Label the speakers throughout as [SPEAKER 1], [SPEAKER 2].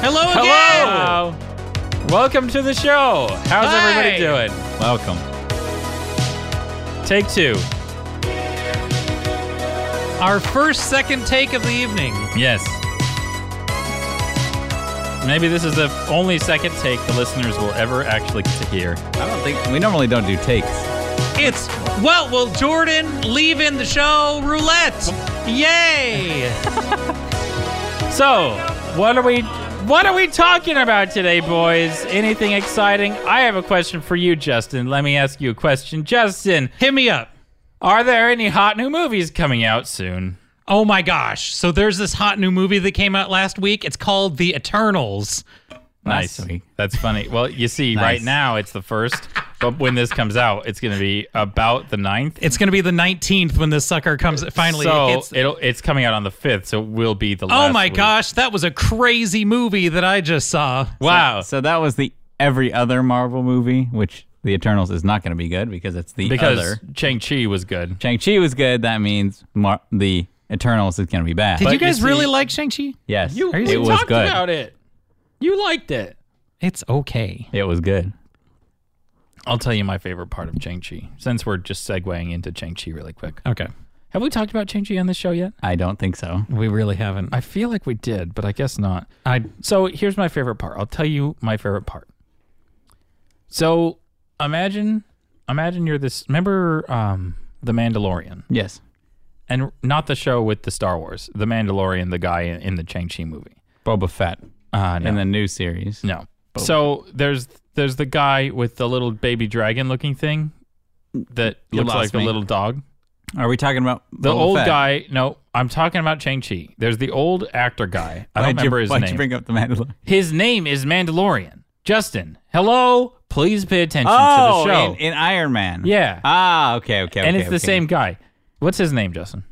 [SPEAKER 1] Hello again.
[SPEAKER 2] Hello. Welcome to the show. How's
[SPEAKER 1] Hi.
[SPEAKER 2] everybody doing? Welcome. Take two.
[SPEAKER 1] Our first second take of the evening.
[SPEAKER 2] Yes. Maybe this is the only second take the listeners will ever actually get to hear.
[SPEAKER 3] I don't think we normally don't do takes.
[SPEAKER 1] It's well, will Jordan leave in the show roulette? Yay!
[SPEAKER 2] So, what are we what are we talking about today, boys? Anything exciting? I have a question for you, Justin. Let me ask you a question. Justin,
[SPEAKER 1] Hit me up.
[SPEAKER 2] are there any hot new movies coming out soon?
[SPEAKER 1] Oh my gosh! So there's this hot new movie that came out last week. It's called The Eternals.
[SPEAKER 2] Nice. That's funny. Well, you see, right now it's the first, but when this comes out, it's going to be about the ninth.
[SPEAKER 1] It's gonna be the 19th when this sucker comes. Finally,
[SPEAKER 2] so
[SPEAKER 1] hits.
[SPEAKER 2] it'll it's coming out on the fifth, so it will be the.
[SPEAKER 1] Oh
[SPEAKER 2] last
[SPEAKER 1] my
[SPEAKER 2] week.
[SPEAKER 1] gosh, that was a crazy movie that I just saw.
[SPEAKER 2] Wow!
[SPEAKER 3] So that was the every other Marvel movie, which The Eternals is not going to be good because it's the
[SPEAKER 2] because
[SPEAKER 3] other.
[SPEAKER 2] Chang Chi was good.
[SPEAKER 3] Shang-Chi was good. That means Mar- The Eternals is going to be bad.
[SPEAKER 1] Did
[SPEAKER 2] But
[SPEAKER 1] you guys
[SPEAKER 2] you see-
[SPEAKER 1] really like Shang-Chi?
[SPEAKER 3] yes.
[SPEAKER 1] you-
[SPEAKER 3] it
[SPEAKER 1] we
[SPEAKER 3] was good.
[SPEAKER 2] it. You liked it.
[SPEAKER 1] It's okay.
[SPEAKER 3] It was good.
[SPEAKER 2] I'll tell you my favorite part of Chang Chi since we're just segueing into Chang Chi really quick.
[SPEAKER 1] Okay.
[SPEAKER 2] Have we talked about Chang Chi on this show yet?
[SPEAKER 3] I don't think so.
[SPEAKER 1] We really haven't.
[SPEAKER 2] I feel like we did, but I guess not.
[SPEAKER 1] I
[SPEAKER 2] So here's my favorite part. I'll tell you my favorite part. So imagine, imagine you're this. Remember um, the Mandalorian,
[SPEAKER 3] Yes.
[SPEAKER 2] and not the show with the Star Wars, the Mandalorian, the guy in, in the Chang Chi movie.
[SPEAKER 3] Boba Fett
[SPEAKER 2] Uh, no,
[SPEAKER 3] in the new series.
[SPEAKER 2] no. So there's there's the guy with the little baby dragon looking thing that looks
[SPEAKER 3] lost
[SPEAKER 2] like
[SPEAKER 3] me.
[SPEAKER 2] a little dog.
[SPEAKER 3] Are we talking about
[SPEAKER 2] The old guy. No, I'm talking about Chang Chi. There's the old actor guy. I don't remember
[SPEAKER 3] you,
[SPEAKER 2] his
[SPEAKER 3] why'd
[SPEAKER 2] name.
[SPEAKER 3] you bring up the Mandalorian?
[SPEAKER 2] His name is Mandalorian. Justin, hello. Please pay attention to the show.
[SPEAKER 3] in, in Iron Man.
[SPEAKER 2] Oh, Yeah.
[SPEAKER 3] Oh, Ah, okay, okay.
[SPEAKER 2] and
[SPEAKER 3] okay,
[SPEAKER 2] it's the
[SPEAKER 3] okay.
[SPEAKER 2] same guy. What's his name, Justin?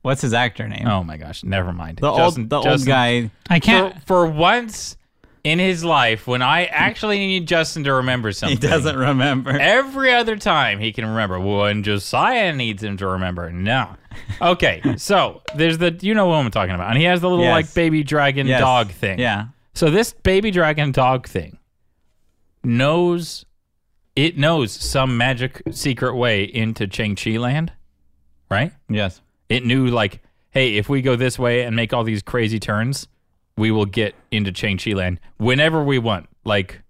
[SPEAKER 3] What's his actor name?
[SPEAKER 2] Oh my gosh, never mind.
[SPEAKER 3] the
[SPEAKER 2] Justin,
[SPEAKER 3] old, the old
[SPEAKER 2] Justin,
[SPEAKER 3] guy.
[SPEAKER 1] I can't.
[SPEAKER 2] For, for once in his life, when I actually need Justin to remember
[SPEAKER 3] He
[SPEAKER 2] something,
[SPEAKER 3] doesn't remember.
[SPEAKER 2] Every other time he can remember. When Josiah needs him to remember, no. Okay, so there's the you know what I'm talking about, and he has the little
[SPEAKER 3] Yes.
[SPEAKER 2] like baby dragon
[SPEAKER 3] Yes.
[SPEAKER 2] dog thing.
[SPEAKER 3] Yeah.
[SPEAKER 2] So this baby dragon dog thing knows it knows some magic secret way into Chang Chi land, right?
[SPEAKER 3] Yes.
[SPEAKER 2] It knew like, hey, if we go this way and make all these crazy turns, we will get into Chang Chi land whenever we want. Like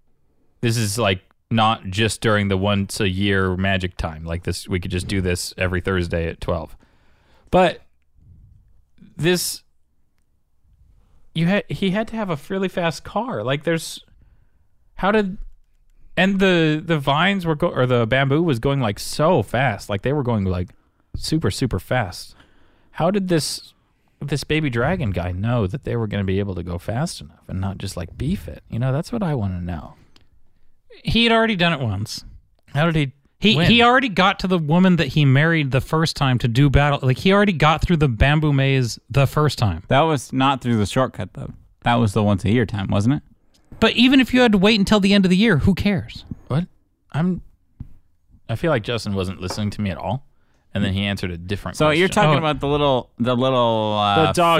[SPEAKER 2] this is like not just during the once a year magic time. Like this we could just do this every Thursday at 12. But this you had he had to have a fairly fast car. Like there's how did and the the vines were go, or the bamboo was going like so fast. Like they were going like super super fast. How did this this baby dragon guy know that they were going to be able to go fast enough and not just like beef it? You know, that's what I want to know.
[SPEAKER 1] He had already done it once.
[SPEAKER 2] How did he
[SPEAKER 1] He
[SPEAKER 2] win?
[SPEAKER 1] he already got to the woman that he married the first time to do battle. Like he already got through the bamboo maze the first time.
[SPEAKER 3] That was not through the shortcut though. That was the once a year time, wasn't it?
[SPEAKER 1] But even if you had to wait until the end of the year, who cares?
[SPEAKER 2] What? I'm. I feel like Justin wasn't listening to me at all, and then he answered a different.
[SPEAKER 3] So you're
[SPEAKER 2] question.
[SPEAKER 3] talking
[SPEAKER 1] Oh.
[SPEAKER 3] about the little, the little uh,
[SPEAKER 2] The dog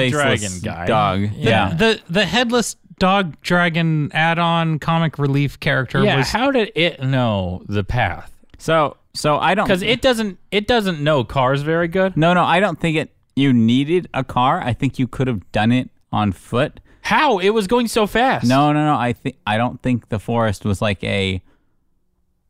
[SPEAKER 2] dragon
[SPEAKER 3] faceless
[SPEAKER 2] guy.
[SPEAKER 3] Dog.
[SPEAKER 2] Yeah.
[SPEAKER 1] The the headless dog dragon add-on comic relief character
[SPEAKER 2] Yeah.
[SPEAKER 1] was
[SPEAKER 2] How did it know the path?
[SPEAKER 3] So so I don't
[SPEAKER 2] Because it doesn't. It doesn't know cars very good.
[SPEAKER 3] No, no, I don't think it. You needed a car. I think you could have done it on foot.
[SPEAKER 2] How it was going so fast.
[SPEAKER 3] No, no, no. I think I don't think the forest was like a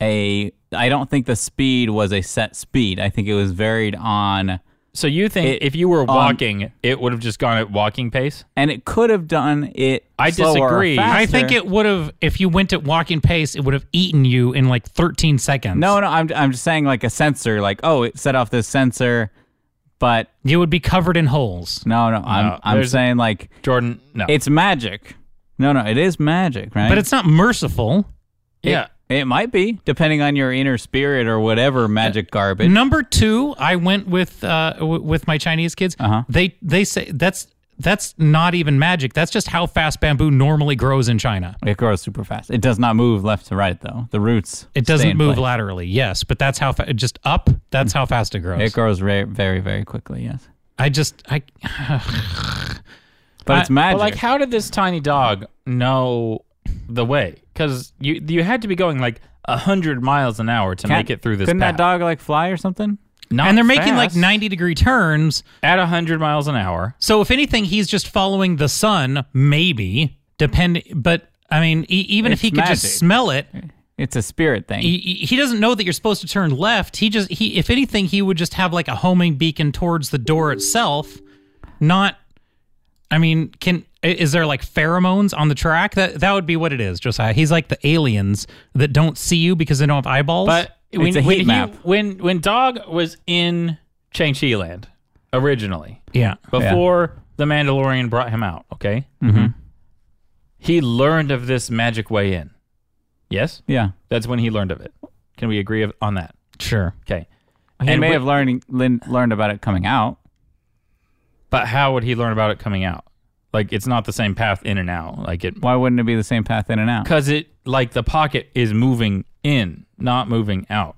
[SPEAKER 3] a. I don't think the speed was a set speed. I think it was varied on,
[SPEAKER 2] So you think
[SPEAKER 3] It-
[SPEAKER 2] if you were walking, it would have just gone at walking pace?
[SPEAKER 3] and it could have done it.
[SPEAKER 2] I
[SPEAKER 3] slower or
[SPEAKER 2] disagree.
[SPEAKER 3] faster.
[SPEAKER 1] I think it would have if you went at walking pace, it would have eaten you in like 13 seconds.
[SPEAKER 3] No, no. I'm I'm just saying like a sensor. Like oh, it set off this sensor, but
[SPEAKER 1] you would be covered in holes.
[SPEAKER 3] no, no. I'm
[SPEAKER 2] No,
[SPEAKER 3] I'm
[SPEAKER 2] there's-
[SPEAKER 3] saying like
[SPEAKER 2] Jordan, no.
[SPEAKER 3] it's magic. No, no. It is magic, right?
[SPEAKER 1] But it's not merciful.
[SPEAKER 2] yeah.
[SPEAKER 3] It might be, depending on your inner spirit or whatever
[SPEAKER 2] Uh,
[SPEAKER 3] magic garbage.
[SPEAKER 1] Number two, I went with uh, w- with my Chinese kids.
[SPEAKER 3] Uh-huh.
[SPEAKER 1] They they say that's that's not even magic. That's just how fast bamboo normally grows in China.
[SPEAKER 3] It grows super fast. It does not move left to right, though. The roots.
[SPEAKER 1] It
[SPEAKER 3] stay
[SPEAKER 1] doesn't
[SPEAKER 3] in
[SPEAKER 1] move
[SPEAKER 3] place.
[SPEAKER 1] laterally, yes, but that's how fa- just up. That's how fast it grows.
[SPEAKER 3] It grows very, very, very quickly. Yes.
[SPEAKER 1] I just I
[SPEAKER 3] But it's magic.
[SPEAKER 2] like, how did this tiny dog know the way? Because you you had to be going like hundred miles an hour to
[SPEAKER 3] Can't-
[SPEAKER 2] make it through this.
[SPEAKER 3] Couldn't
[SPEAKER 2] path.
[SPEAKER 3] that dog like fly or something?
[SPEAKER 2] Not
[SPEAKER 1] and they're making like
[SPEAKER 2] fast.
[SPEAKER 1] 90 degree turns.
[SPEAKER 2] at hundred miles an hour.
[SPEAKER 1] So if anything, he's just following the sun, maybe. Depending, but I mean, e- even if
[SPEAKER 3] It's
[SPEAKER 1] he could
[SPEAKER 3] magic.
[SPEAKER 1] just smell it,
[SPEAKER 3] It's a spirit thing.
[SPEAKER 1] he, he- he doesn't know that you're supposed to turn left. He just he if anything he would just have like a homing beacon towards the door itself, not I mean, can i- is there like pheromones on the track? That that would be what it is, Josiah. He's like the aliens that don't see you because they don't have eyeballs.
[SPEAKER 2] But when,
[SPEAKER 3] a
[SPEAKER 2] when
[SPEAKER 3] heat
[SPEAKER 2] he-
[SPEAKER 3] map.
[SPEAKER 2] when when Dog was in Shang-Chi Land originally,
[SPEAKER 1] yeah.
[SPEAKER 2] before the Mandalorian brought him out, okay? Mm-hmm. He learned of this magic way in. Yes?
[SPEAKER 3] yeah.
[SPEAKER 2] That's when he learned of it. Can we agree of, on that?
[SPEAKER 1] Sure.
[SPEAKER 2] Okay.
[SPEAKER 3] He
[SPEAKER 2] And
[SPEAKER 3] may
[SPEAKER 2] we-
[SPEAKER 3] have learned lin- learned about it coming out.
[SPEAKER 2] But how would he learn about it coming out? Like it's not the same path in and out. Like it
[SPEAKER 3] Why wouldn't it be the same path in and out?
[SPEAKER 2] cuz it like the pocket is moving in, not moving out.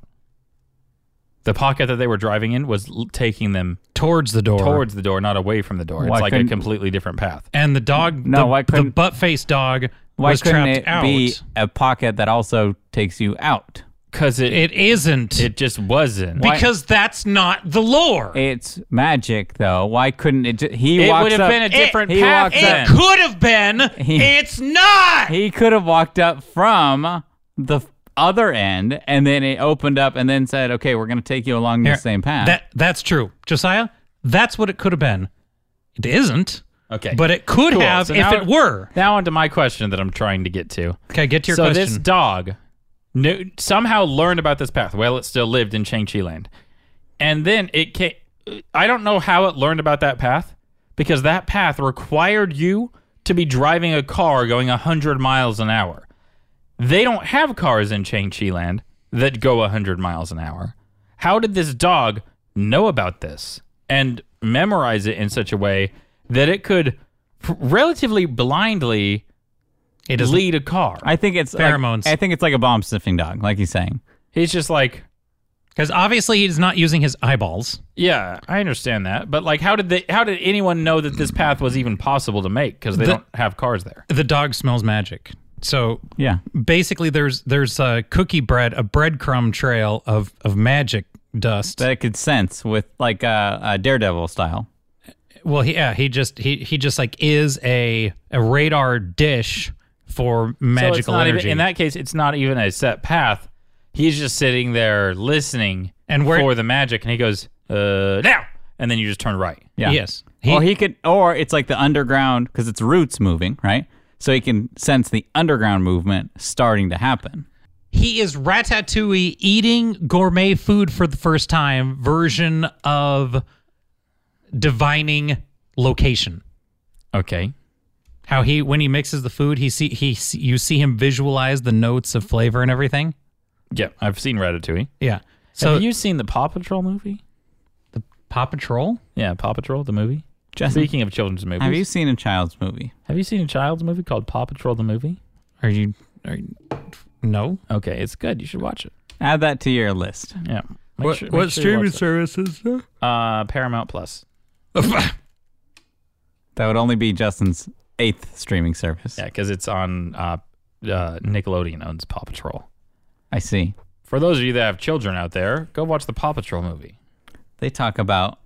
[SPEAKER 2] The pocket that they were driving in was l- taking them
[SPEAKER 1] Towards the door.
[SPEAKER 2] towards the door, not away from the door.
[SPEAKER 3] Why
[SPEAKER 2] it's like a
[SPEAKER 3] couldn't-
[SPEAKER 2] completely different path.
[SPEAKER 1] and the dog
[SPEAKER 3] No,
[SPEAKER 1] the,
[SPEAKER 3] why
[SPEAKER 1] the
[SPEAKER 3] couldn't-
[SPEAKER 1] butt faced dog
[SPEAKER 3] Why
[SPEAKER 1] was
[SPEAKER 3] couldn't
[SPEAKER 1] trapped
[SPEAKER 3] it
[SPEAKER 1] out.
[SPEAKER 3] be a pocket that also takes you out?
[SPEAKER 2] Cuz it,
[SPEAKER 1] it
[SPEAKER 2] it
[SPEAKER 1] isn't.
[SPEAKER 2] just wasn't.
[SPEAKER 1] because that's not the lore.
[SPEAKER 3] It's magic, though. Why couldn't it? Ju- he
[SPEAKER 2] it
[SPEAKER 3] walks
[SPEAKER 2] would have
[SPEAKER 3] up-
[SPEAKER 2] been a different
[SPEAKER 3] he
[SPEAKER 2] path
[SPEAKER 3] walks up-
[SPEAKER 2] then.
[SPEAKER 1] it could have been. it's not.
[SPEAKER 3] he could have walked up from the f- other end, and then it opened up, and then said, "Okay, we're going to take you along the
[SPEAKER 1] Here,
[SPEAKER 3] same path."
[SPEAKER 1] That that's true, Josiah. That's what it could have been. It isn't,
[SPEAKER 2] Okay.
[SPEAKER 1] but it could
[SPEAKER 2] Cool.
[SPEAKER 1] have
[SPEAKER 2] So
[SPEAKER 1] if
[SPEAKER 2] now-
[SPEAKER 1] it were.
[SPEAKER 2] now on to my question that I'm trying to get to.
[SPEAKER 1] Okay, get to your
[SPEAKER 2] so this
[SPEAKER 1] question.
[SPEAKER 2] dog knew, somehow learned about this path. Well, it still lived in Changchi Land. And then it came I don't know how it learned about that path because that path required you to be driving a car going 100 miles an hour. They don't have cars in Changchi Land that go 100 miles an hour. How did this dog know about this and memorize it in such a way that it could f- relatively blindly
[SPEAKER 1] it is.
[SPEAKER 2] lead a car?
[SPEAKER 3] I think it's like-
[SPEAKER 1] Pheromones.
[SPEAKER 3] I think it's like a bomb sniffing dog, like he's saying.
[SPEAKER 2] He's just like,
[SPEAKER 1] because obviously he's not using his eyeballs.
[SPEAKER 2] yeah, I understand that, but like, how did they? How did anyone know that this path was even possible to make? Because they
[SPEAKER 1] The-
[SPEAKER 2] don't have cars there.
[SPEAKER 1] The dog smells magic. So
[SPEAKER 3] Yeah,
[SPEAKER 1] basically, there's there's a cookie bread, a breadcrumb trail of of magic dust.
[SPEAKER 3] that it could sense with like a, a daredevil style.
[SPEAKER 1] Well, he, yeah, he just he he just like is a a radar dish for
[SPEAKER 2] So it's
[SPEAKER 1] magical
[SPEAKER 2] not even-
[SPEAKER 1] energy.
[SPEAKER 2] in that case, it's not even a set path. He's just sitting there listening
[SPEAKER 1] And where-
[SPEAKER 2] for the magic, and he goes, uh, now, and then you just turn right.
[SPEAKER 3] Yeah.
[SPEAKER 1] Yes.
[SPEAKER 3] He,
[SPEAKER 2] Oh,
[SPEAKER 3] or he could, or it's like the underground because its roots moving, right? So he can sense the underground movement starting to happen.
[SPEAKER 1] He is Ratatouille eating gourmet food for the first time, version of divining location.
[SPEAKER 2] Okay.
[SPEAKER 1] How he when he mixes the food, he see he see- you see him visualize the notes of flavor and everything.
[SPEAKER 2] Yeah, I've seen Ratatouille.
[SPEAKER 1] Yeah. So
[SPEAKER 2] have you seen the Paw Patrol movie?
[SPEAKER 1] the Paw Patrol?
[SPEAKER 2] Yeah, Paw Patrol the movie.
[SPEAKER 3] Justin,
[SPEAKER 2] Speaking of children's movies,
[SPEAKER 3] have you seen a child's movie?
[SPEAKER 2] have you seen a child's movie called Paw Patrol the movie?
[SPEAKER 1] Are you are you, no?
[SPEAKER 2] Okay, it's good. You should watch it.
[SPEAKER 3] Add that to your list.
[SPEAKER 2] Yeah. Make sure- make sure you watch that.
[SPEAKER 1] service is
[SPEAKER 2] Uh, Paramount Plus.
[SPEAKER 1] that?
[SPEAKER 3] That would only be Justin's eighth streaming service.
[SPEAKER 2] Yeah, because it's on uh, uh, Nickelodeon owns Paw Patrol.
[SPEAKER 3] I see.
[SPEAKER 2] For those of you that have children out there, go watch the Paw Patrol movie.
[SPEAKER 3] They talk about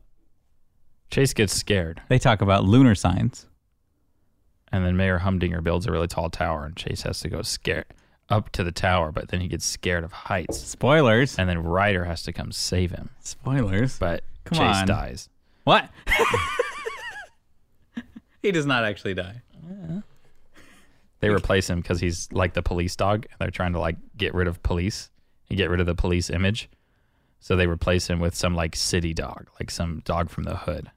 [SPEAKER 2] Chase gets scared,
[SPEAKER 3] they talk about lunar signs.
[SPEAKER 2] and then Mayor Humdinger builds a really tall tower, and Chase has to go scare up to the tower, but then he gets scared of heights,
[SPEAKER 3] Spoilers.
[SPEAKER 2] and then Ryder has to come save him,
[SPEAKER 3] Spoilers.
[SPEAKER 2] but
[SPEAKER 3] Come
[SPEAKER 2] Chase
[SPEAKER 3] on.
[SPEAKER 2] dies.
[SPEAKER 3] What? he does not actually die.
[SPEAKER 2] They replace him because he's like the police dog, and they're trying to like get rid of police and get rid of the police image. So they replace him with some like city dog, like some dog from the hood.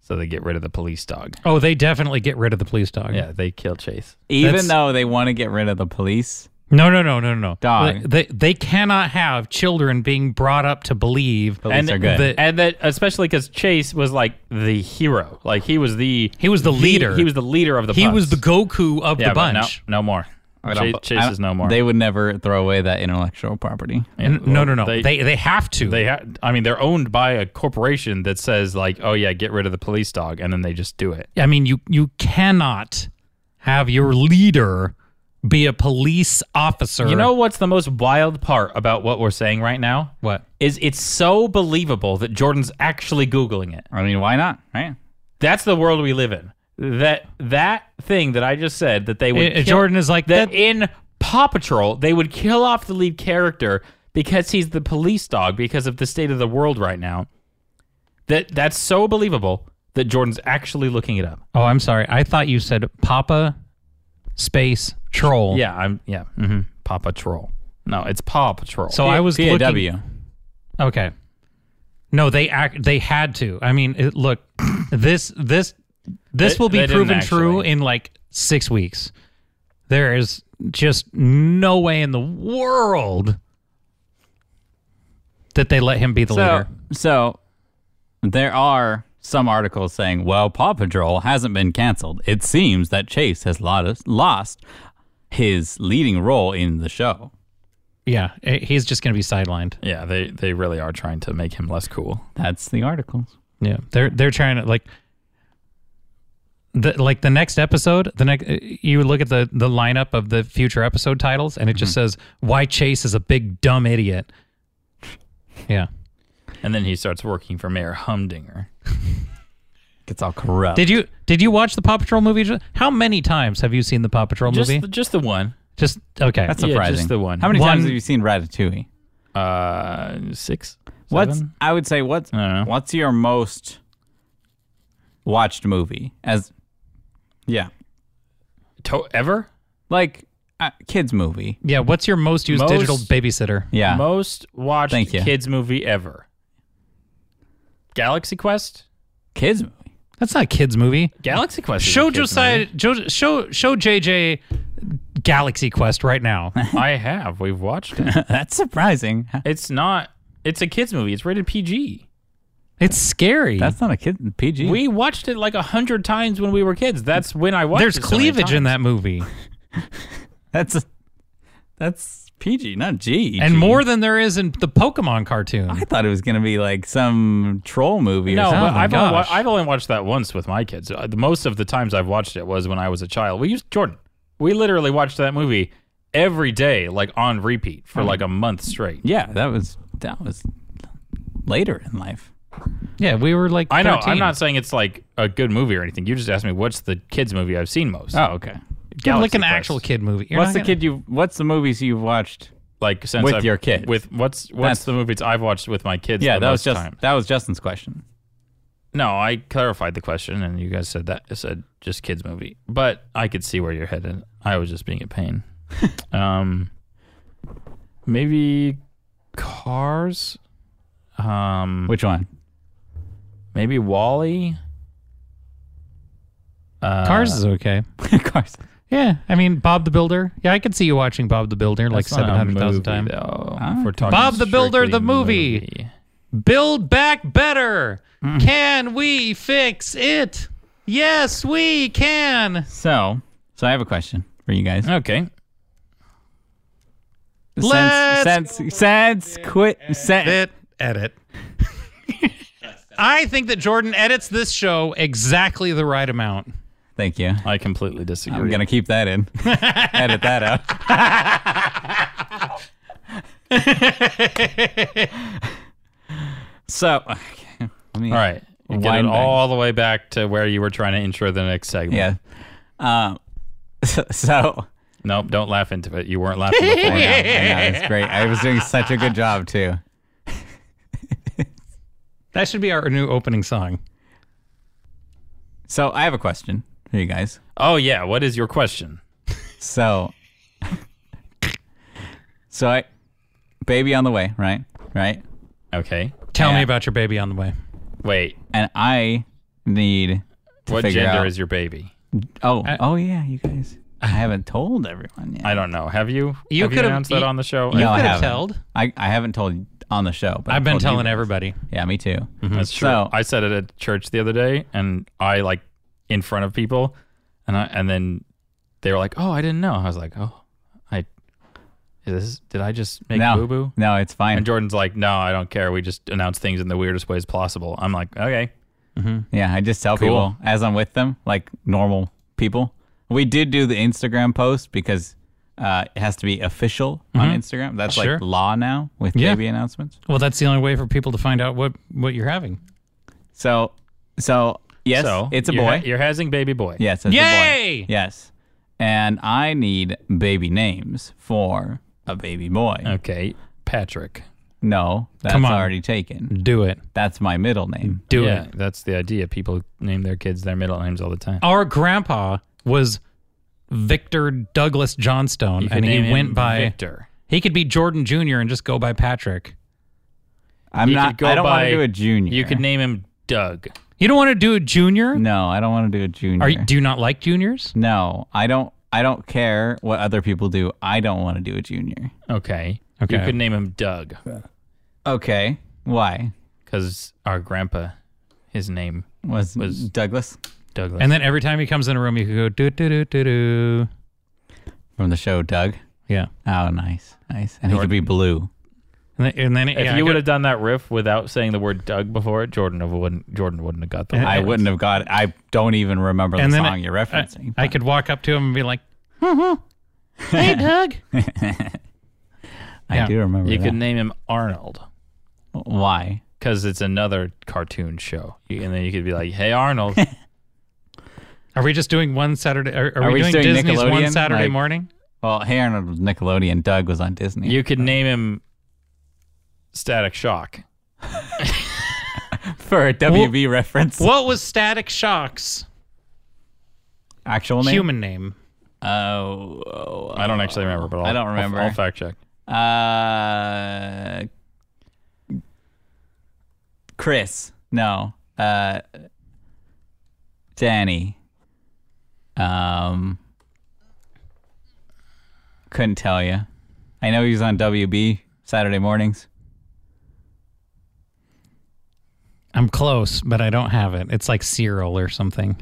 [SPEAKER 2] So they get rid of the police dog.
[SPEAKER 1] Oh, they definitely get rid of the police dog.
[SPEAKER 2] Yeah, they kill Chase.
[SPEAKER 3] Even
[SPEAKER 1] That's-
[SPEAKER 3] though they want to get rid of the police,
[SPEAKER 1] No, no, no, no, no.
[SPEAKER 3] Dog.
[SPEAKER 1] They, they they cannot have children being brought up to believe
[SPEAKER 3] police
[SPEAKER 2] And
[SPEAKER 3] are good.
[SPEAKER 1] the-
[SPEAKER 2] And that especially because Chase was like the hero, like he was the
[SPEAKER 1] He was the leader.
[SPEAKER 2] He, was the leader of the.
[SPEAKER 1] He
[SPEAKER 2] punks.
[SPEAKER 1] was the Goku of
[SPEAKER 2] Yeah,
[SPEAKER 1] the
[SPEAKER 2] but no-
[SPEAKER 1] bunch.
[SPEAKER 2] No, more.
[SPEAKER 3] I
[SPEAKER 2] Chase,
[SPEAKER 3] don't-
[SPEAKER 2] Chase
[SPEAKER 3] I-
[SPEAKER 2] is no more.
[SPEAKER 3] They would never throw away that intellectual property.
[SPEAKER 2] Yeah,
[SPEAKER 1] N- no,
[SPEAKER 2] well,
[SPEAKER 1] no, no.
[SPEAKER 2] They
[SPEAKER 1] They they, have to.
[SPEAKER 2] they ha- I mean, they're owned by a corporation that says like, oh yeah, get rid of the police dog, and then they just do it.
[SPEAKER 1] I mean, you you cannot have your leader be a police officer.
[SPEAKER 2] You know what's the most wild part about what we're saying right now?
[SPEAKER 1] what?
[SPEAKER 2] Is it's so believable that Jordan's actually googling it.
[SPEAKER 3] I mean, why not? Right?
[SPEAKER 2] That's the world we live in. That that thing that I just said that they would
[SPEAKER 1] Uh,
[SPEAKER 2] kill-
[SPEAKER 1] Jordan is like
[SPEAKER 2] that
[SPEAKER 1] that.
[SPEAKER 2] in Paw Patrol they would kill off the lead character because he's the police dog because of the state of the world right now. That that's so believable that Jordan's actually looking it up.
[SPEAKER 1] Oh, I'm sorry. I thought you said Papa Space Troll.
[SPEAKER 2] Yeah, I'm yeah. Mm-hmm. Paw Patrol. No, it's Paw Patrol.
[SPEAKER 1] So I was
[SPEAKER 3] PAW.
[SPEAKER 1] looking. Okay. No, they act. They had to. I mean, it, look, this this this
[SPEAKER 2] They-
[SPEAKER 1] will be
[SPEAKER 2] they didn't
[SPEAKER 1] proven true
[SPEAKER 2] actually.
[SPEAKER 1] in like six weeks. There is just no way in the world that they let him be the
[SPEAKER 3] So,
[SPEAKER 1] leader.
[SPEAKER 3] so there are some articles saying, well, Paw Patrol hasn't been canceled. It seems that Chase has lo- lost his leading role in the show.
[SPEAKER 1] Yeah, eh, he's just going to be sidelined.
[SPEAKER 2] yeah, they they really are trying to make him less cool.
[SPEAKER 3] That's the articles.
[SPEAKER 1] Yeah, they're they're trying to like the like the next episode. The next uh, you look at the the lineup of the future episode titles, and it just
[SPEAKER 2] Mm-hmm.
[SPEAKER 1] says why Chase is a big dumb idiot. Yeah.
[SPEAKER 2] And then he starts working for Mayor Humdinger.
[SPEAKER 3] It's all corrupt.
[SPEAKER 1] Did you did you watch the Paw Patrol movie? Ju- How many times have you seen the Paw Patrol
[SPEAKER 2] Just
[SPEAKER 1] movie?
[SPEAKER 2] the, just the one.
[SPEAKER 1] just okay.
[SPEAKER 3] That's
[SPEAKER 2] Yeah, just
[SPEAKER 3] surprising.
[SPEAKER 2] the one.
[SPEAKER 3] How many
[SPEAKER 1] One-
[SPEAKER 3] times have you seen Ratatouille?
[SPEAKER 2] Uh, six.
[SPEAKER 3] What's
[SPEAKER 2] seven?
[SPEAKER 3] I would say what's
[SPEAKER 2] I don't know.
[SPEAKER 3] what's your most watched movie as yeah
[SPEAKER 2] To- ever?
[SPEAKER 3] like uh, kids movie
[SPEAKER 1] yeah. What's your most used
[SPEAKER 2] Most-
[SPEAKER 1] digital babysitter?
[SPEAKER 3] yeah
[SPEAKER 2] Most watched
[SPEAKER 3] Thank you.
[SPEAKER 2] kids movie ever. Galaxy Quest.
[SPEAKER 3] kids movie
[SPEAKER 1] That's not a kids movie.
[SPEAKER 2] Galaxy Quest. is a
[SPEAKER 1] Show
[SPEAKER 2] kids
[SPEAKER 1] Josiah. Jo- show show JJ Galaxy Quest right now.
[SPEAKER 2] movie. I have. We've watched it.
[SPEAKER 3] that's surprising
[SPEAKER 2] It's not. It's a kids movie. It's rated PG.
[SPEAKER 1] it's scary.
[SPEAKER 3] that's not a kid PG
[SPEAKER 2] We watched it like a hundred times when we were kids. That's when I watched.
[SPEAKER 1] There's
[SPEAKER 2] it so many
[SPEAKER 1] cleavage in
[SPEAKER 2] times.
[SPEAKER 1] that movie,
[SPEAKER 3] that's a, that's PG not G
[SPEAKER 1] and more than there is in the Pokemon cartoon.
[SPEAKER 3] I thought it was gonna be like some troll movie or
[SPEAKER 2] No, uh,
[SPEAKER 3] something.
[SPEAKER 2] but
[SPEAKER 1] my
[SPEAKER 2] I've only, wa-
[SPEAKER 1] gosh.
[SPEAKER 2] I've only watched that once with my kids. Uh, the most of the times I've watched it was when I was a child. We used Jordan. We literally watched that movie every day, like on repeat
[SPEAKER 3] Hmm.
[SPEAKER 2] for like a month straight.
[SPEAKER 3] yeah that was that was later in life
[SPEAKER 1] Yeah, we were like.
[SPEAKER 2] I know.
[SPEAKER 1] 13.
[SPEAKER 2] I'm not saying it's like a good movie or anything. You just asked me what's the kids movie I've seen most.
[SPEAKER 3] oh okay
[SPEAKER 1] Yeah, like
[SPEAKER 2] Galaxy
[SPEAKER 1] an
[SPEAKER 2] Quest.
[SPEAKER 1] actual kid movie. You're
[SPEAKER 3] what's
[SPEAKER 1] not
[SPEAKER 3] the
[SPEAKER 1] gonna-
[SPEAKER 3] kid you what's the movies you've watched
[SPEAKER 2] Like since
[SPEAKER 3] With
[SPEAKER 2] I've-
[SPEAKER 3] your kids.
[SPEAKER 2] With what's what's
[SPEAKER 3] That's-
[SPEAKER 2] the movies I've watched with my kids?
[SPEAKER 3] yeah
[SPEAKER 2] the
[SPEAKER 3] that was
[SPEAKER 2] most
[SPEAKER 3] just
[SPEAKER 2] time?
[SPEAKER 3] that was Justin's question
[SPEAKER 2] No, I clarified the question, and you guys said that I said just kids movie, but I could see where you're headed. I was just being a pain. um, maybe Cars. Um,
[SPEAKER 3] which one
[SPEAKER 2] maybe Wally. Uh,
[SPEAKER 1] Cars is okay.
[SPEAKER 3] Cars
[SPEAKER 1] Yeah, I mean Bob the Builder. Yeah, I could see you watching Bob the Builder like
[SPEAKER 2] that's not a
[SPEAKER 1] seven hundred thousand
[SPEAKER 2] movie,
[SPEAKER 1] times.
[SPEAKER 2] though,
[SPEAKER 3] Ah,
[SPEAKER 2] if we're
[SPEAKER 3] okay.
[SPEAKER 2] talking
[SPEAKER 1] Bob the Builder, the
[SPEAKER 2] strictly
[SPEAKER 1] movie. Build back better. Can we fix it? Yes, we can.
[SPEAKER 3] So, so I have a question for you guys.
[SPEAKER 2] Okay.
[SPEAKER 1] Let's
[SPEAKER 3] since since, since quit since,
[SPEAKER 1] Edit, edit. I think that Jordan edits this show exactly the right amount.
[SPEAKER 3] Thank you.
[SPEAKER 2] I completely disagree.
[SPEAKER 3] I'm gonna keep that in. Edit that out. so, okay. Let me-
[SPEAKER 2] All right. You Get it
[SPEAKER 3] Wind back.
[SPEAKER 2] all the way back to where you were trying to intro the next segment.
[SPEAKER 3] Yeah. Um. So. oh
[SPEAKER 2] Nope, don't laugh into it. You weren't laughing before.
[SPEAKER 3] I know, I know, it's great. I was doing such a good job too.
[SPEAKER 1] That should be our new opening song.
[SPEAKER 3] So I have a question for you guys.
[SPEAKER 2] Oh yeah, what is your question?
[SPEAKER 3] So, so I, baby on the way, right? Right.
[SPEAKER 2] Okay.
[SPEAKER 1] Tell me
[SPEAKER 3] Yeah.
[SPEAKER 1] about your baby on the way.
[SPEAKER 2] Wait.
[SPEAKER 3] And I need to
[SPEAKER 2] What
[SPEAKER 3] figure
[SPEAKER 2] gender
[SPEAKER 3] out-
[SPEAKER 2] is your baby?
[SPEAKER 3] Oh, oh yeah, you guys. I haven't told everyone yet.
[SPEAKER 2] I don't know. Have
[SPEAKER 1] You
[SPEAKER 2] you? have you
[SPEAKER 1] could've-
[SPEAKER 2] announced that
[SPEAKER 1] you-
[SPEAKER 2] on the show?
[SPEAKER 3] No, I
[SPEAKER 1] could've
[SPEAKER 3] haven't.
[SPEAKER 1] told.
[SPEAKER 3] I, I haven't told on the show, but
[SPEAKER 1] I've been
[SPEAKER 3] told you
[SPEAKER 1] telling
[SPEAKER 3] guys.
[SPEAKER 1] everybody.
[SPEAKER 3] Yeah, me too.
[SPEAKER 2] Mm, That's true.
[SPEAKER 3] So-
[SPEAKER 2] I said it at church the other day, and I like in front of people, and I and then they were like, "Oh, I didn't know." I was like, "Oh, I is this, did I just make
[SPEAKER 3] no,
[SPEAKER 2] boo boo?
[SPEAKER 3] no, it's fine.
[SPEAKER 2] And Jordan's like, no, I don't care. We just announce things in the weirdest ways possible. I'm like, okay,
[SPEAKER 3] Yeah, I just tell people as I'm with them, like normal people. We did do the Instagram post because uh, it has to be official on Instagram. That's
[SPEAKER 2] Mm-hmm. Sure.
[SPEAKER 3] like law now with
[SPEAKER 1] Yeah.
[SPEAKER 3] baby announcements.
[SPEAKER 1] Well, that's the only way for people to find out what what you're having.
[SPEAKER 3] So, so yes,
[SPEAKER 2] so
[SPEAKER 3] it's a
[SPEAKER 2] you're
[SPEAKER 3] boy.
[SPEAKER 2] ha- you're hazing baby boy.
[SPEAKER 3] yes, it's a
[SPEAKER 1] Yay!
[SPEAKER 3] boy. Yes, and I need baby names for a baby boy.
[SPEAKER 2] Okay, Patrick,
[SPEAKER 3] No, that's
[SPEAKER 1] Come on. Mm.
[SPEAKER 3] already taken.
[SPEAKER 1] Do it.
[SPEAKER 3] That's my middle name.
[SPEAKER 1] Do
[SPEAKER 2] yeah,
[SPEAKER 1] it.
[SPEAKER 2] that's the idea. People name their kids their middle names all the time.
[SPEAKER 1] Our grandpa was Victor Douglas Johnstone,
[SPEAKER 2] You could
[SPEAKER 1] and
[SPEAKER 2] name
[SPEAKER 1] he
[SPEAKER 2] him
[SPEAKER 1] went by.
[SPEAKER 2] Victor.
[SPEAKER 1] He could be Jordan Jr. and just go by Patrick.
[SPEAKER 3] I'm
[SPEAKER 2] You
[SPEAKER 3] not.
[SPEAKER 2] could go
[SPEAKER 3] I don't want
[SPEAKER 2] by-
[SPEAKER 3] to do a junior.
[SPEAKER 2] You could name him Doug.
[SPEAKER 1] You don't want to do a junior?
[SPEAKER 3] No, I don't want to do a junior.
[SPEAKER 1] Are you, do you not like juniors?
[SPEAKER 3] No, I don't. I don't care what other people do. I don't want to do a junior.
[SPEAKER 2] Okay. You
[SPEAKER 1] Okay.
[SPEAKER 2] could name him Doug
[SPEAKER 3] Okay, why
[SPEAKER 2] because our grandpa, his name
[SPEAKER 3] was,
[SPEAKER 2] Was-
[SPEAKER 3] Douglas
[SPEAKER 2] Douglas.
[SPEAKER 1] And then every time he comes in a room, you could go do do do do do.
[SPEAKER 3] from the show Doug?
[SPEAKER 1] Yeah.
[SPEAKER 3] Oh, nice, nice. And he could be blue.
[SPEAKER 1] And then, and then
[SPEAKER 2] if
[SPEAKER 1] yeah, I
[SPEAKER 2] you
[SPEAKER 1] go-
[SPEAKER 2] would have done that riff without saying the word Doug before it, Jordan have- wouldn't Jordan wouldn't have got the.
[SPEAKER 3] I
[SPEAKER 2] reference.
[SPEAKER 3] wouldn't have got. I don't even remember the
[SPEAKER 1] And then
[SPEAKER 3] song
[SPEAKER 1] it-
[SPEAKER 3] you're referencing.
[SPEAKER 1] I could walk up to him and be like, "Hey, Doug."
[SPEAKER 3] I
[SPEAKER 1] yeah.
[SPEAKER 3] do remember.
[SPEAKER 2] You
[SPEAKER 3] that.
[SPEAKER 2] could name him Arnold
[SPEAKER 3] Why?
[SPEAKER 2] because it's another cartoon show, You- and then you could be like, "Hey, Arnold."
[SPEAKER 1] Are we just doing one Saturday? Are, are,
[SPEAKER 3] Are
[SPEAKER 1] we,
[SPEAKER 3] we
[SPEAKER 1] doing,
[SPEAKER 3] just doing
[SPEAKER 1] Disney's one
[SPEAKER 3] Nickelodeon?
[SPEAKER 1] Saturday
[SPEAKER 3] Like-
[SPEAKER 1] morning?
[SPEAKER 3] Well, Hey Arnold was Nickelodeon. Doug was on Disney.
[SPEAKER 2] you could name him Static Shock.
[SPEAKER 3] for a WB reference.
[SPEAKER 1] What was Static Shock's
[SPEAKER 3] Actual name.
[SPEAKER 1] human name?
[SPEAKER 3] Oh, oh,
[SPEAKER 2] I don't actually remember, but I'll,
[SPEAKER 3] I don't
[SPEAKER 2] I'll-
[SPEAKER 3] remember.
[SPEAKER 2] I'll, fact check.
[SPEAKER 3] Uh, Chris. No. Uh, Danny. Um, couldn't tell you. I know he was on WB Saturday mornings.
[SPEAKER 1] I'm close, but I don't have it. It's like Cyril or something.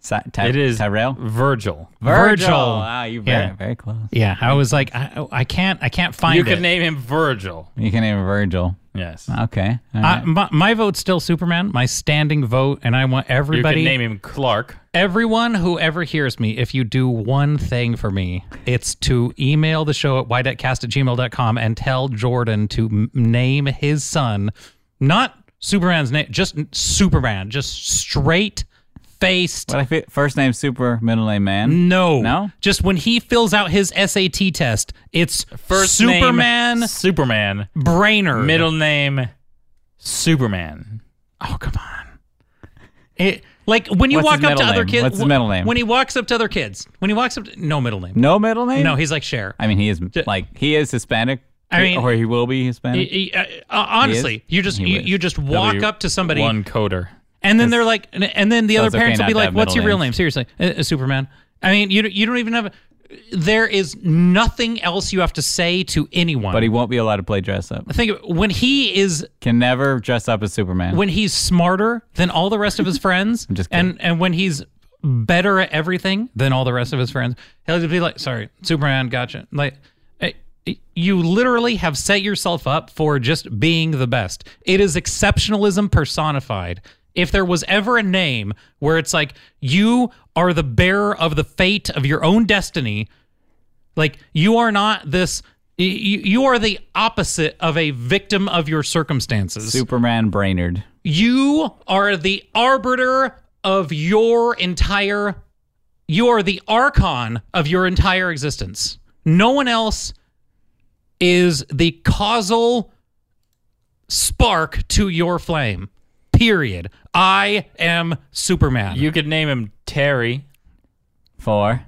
[SPEAKER 3] Sa- Ty-
[SPEAKER 2] It is
[SPEAKER 3] Tyrell.
[SPEAKER 2] Virgil.
[SPEAKER 1] Virgil.
[SPEAKER 3] Ah, you very
[SPEAKER 1] Yeah.
[SPEAKER 3] very close.
[SPEAKER 1] Yeah, I was like, I, I can't, I can't find
[SPEAKER 2] You
[SPEAKER 1] it.
[SPEAKER 2] could name him Virgil.
[SPEAKER 3] You can name Virgil.
[SPEAKER 2] Yes.
[SPEAKER 3] Okay. all
[SPEAKER 1] I,
[SPEAKER 3] right.
[SPEAKER 1] my, my vote's still Superman. My standing vote, and I want
[SPEAKER 2] You could
[SPEAKER 1] everybody,
[SPEAKER 2] name him Clark.
[SPEAKER 1] everyone who ever hears me, if you do one thing for me, it's to email the show at ydetcast at gmail.com and tell Jordan to m- name his son, not Superman's name, just Superman, just straight faced.
[SPEAKER 3] What if it, first name super, middle name man?
[SPEAKER 1] No,
[SPEAKER 3] No?
[SPEAKER 1] Just when he fills out his SAT test, it's
[SPEAKER 2] First name,
[SPEAKER 1] Superman
[SPEAKER 2] Superman.
[SPEAKER 1] Brainer.
[SPEAKER 2] Middle name Superman.
[SPEAKER 1] Oh come on. It like when you walk
[SPEAKER 3] What's his
[SPEAKER 1] up to
[SPEAKER 3] middle
[SPEAKER 1] other
[SPEAKER 3] name?
[SPEAKER 1] kids.
[SPEAKER 3] What's his middle name?
[SPEAKER 1] When he walks up to other kids. When he walks up. To, no middle name.
[SPEAKER 3] No middle name?
[SPEAKER 1] No, he's like Cher.
[SPEAKER 3] I mean, he is like he is Hispanic.
[SPEAKER 1] I mean-
[SPEAKER 3] or he will be Hispanic.
[SPEAKER 1] He- he- uh, uh, honestly, you just you,
[SPEAKER 3] is.
[SPEAKER 1] you just walk
[SPEAKER 2] W-
[SPEAKER 1] up to somebody,
[SPEAKER 2] One coder.
[SPEAKER 1] and then they're like, and, and then the other
[SPEAKER 3] it's okay
[SPEAKER 1] parents will
[SPEAKER 3] not
[SPEAKER 1] be
[SPEAKER 3] to
[SPEAKER 1] like,
[SPEAKER 3] have
[SPEAKER 1] "What's your real
[SPEAKER 3] middle
[SPEAKER 1] name?"
[SPEAKER 3] names.
[SPEAKER 1] Seriously, uh, uh, Superman. I mean, you don't- you don't even have. a- There is nothing else you have to say to anyone.
[SPEAKER 3] but he won't be allowed to play dress up.
[SPEAKER 1] think of, when he is
[SPEAKER 3] Can never dress up as Superman.
[SPEAKER 1] when he's smarter than all the rest of his friends,
[SPEAKER 3] just kidding.
[SPEAKER 1] and and when he's better at everything than all the rest of his friends, he'll just be like, "Sorry, Superman, gotcha." Like, eh, you literally have set yourself up for just being the best. It is exceptionalism personified. If there was ever a name where it's like you are the bearer of the fate of your own destiny, like you are not this. You, you are the opposite of a victim of your circumstances.
[SPEAKER 3] Superman Brainerd.
[SPEAKER 1] You are the arbiter of your entire you are the archon of your entire existence. No one else is the causal spark to your flame. Period. I am Superman.
[SPEAKER 2] You could name him Terry.
[SPEAKER 3] Four.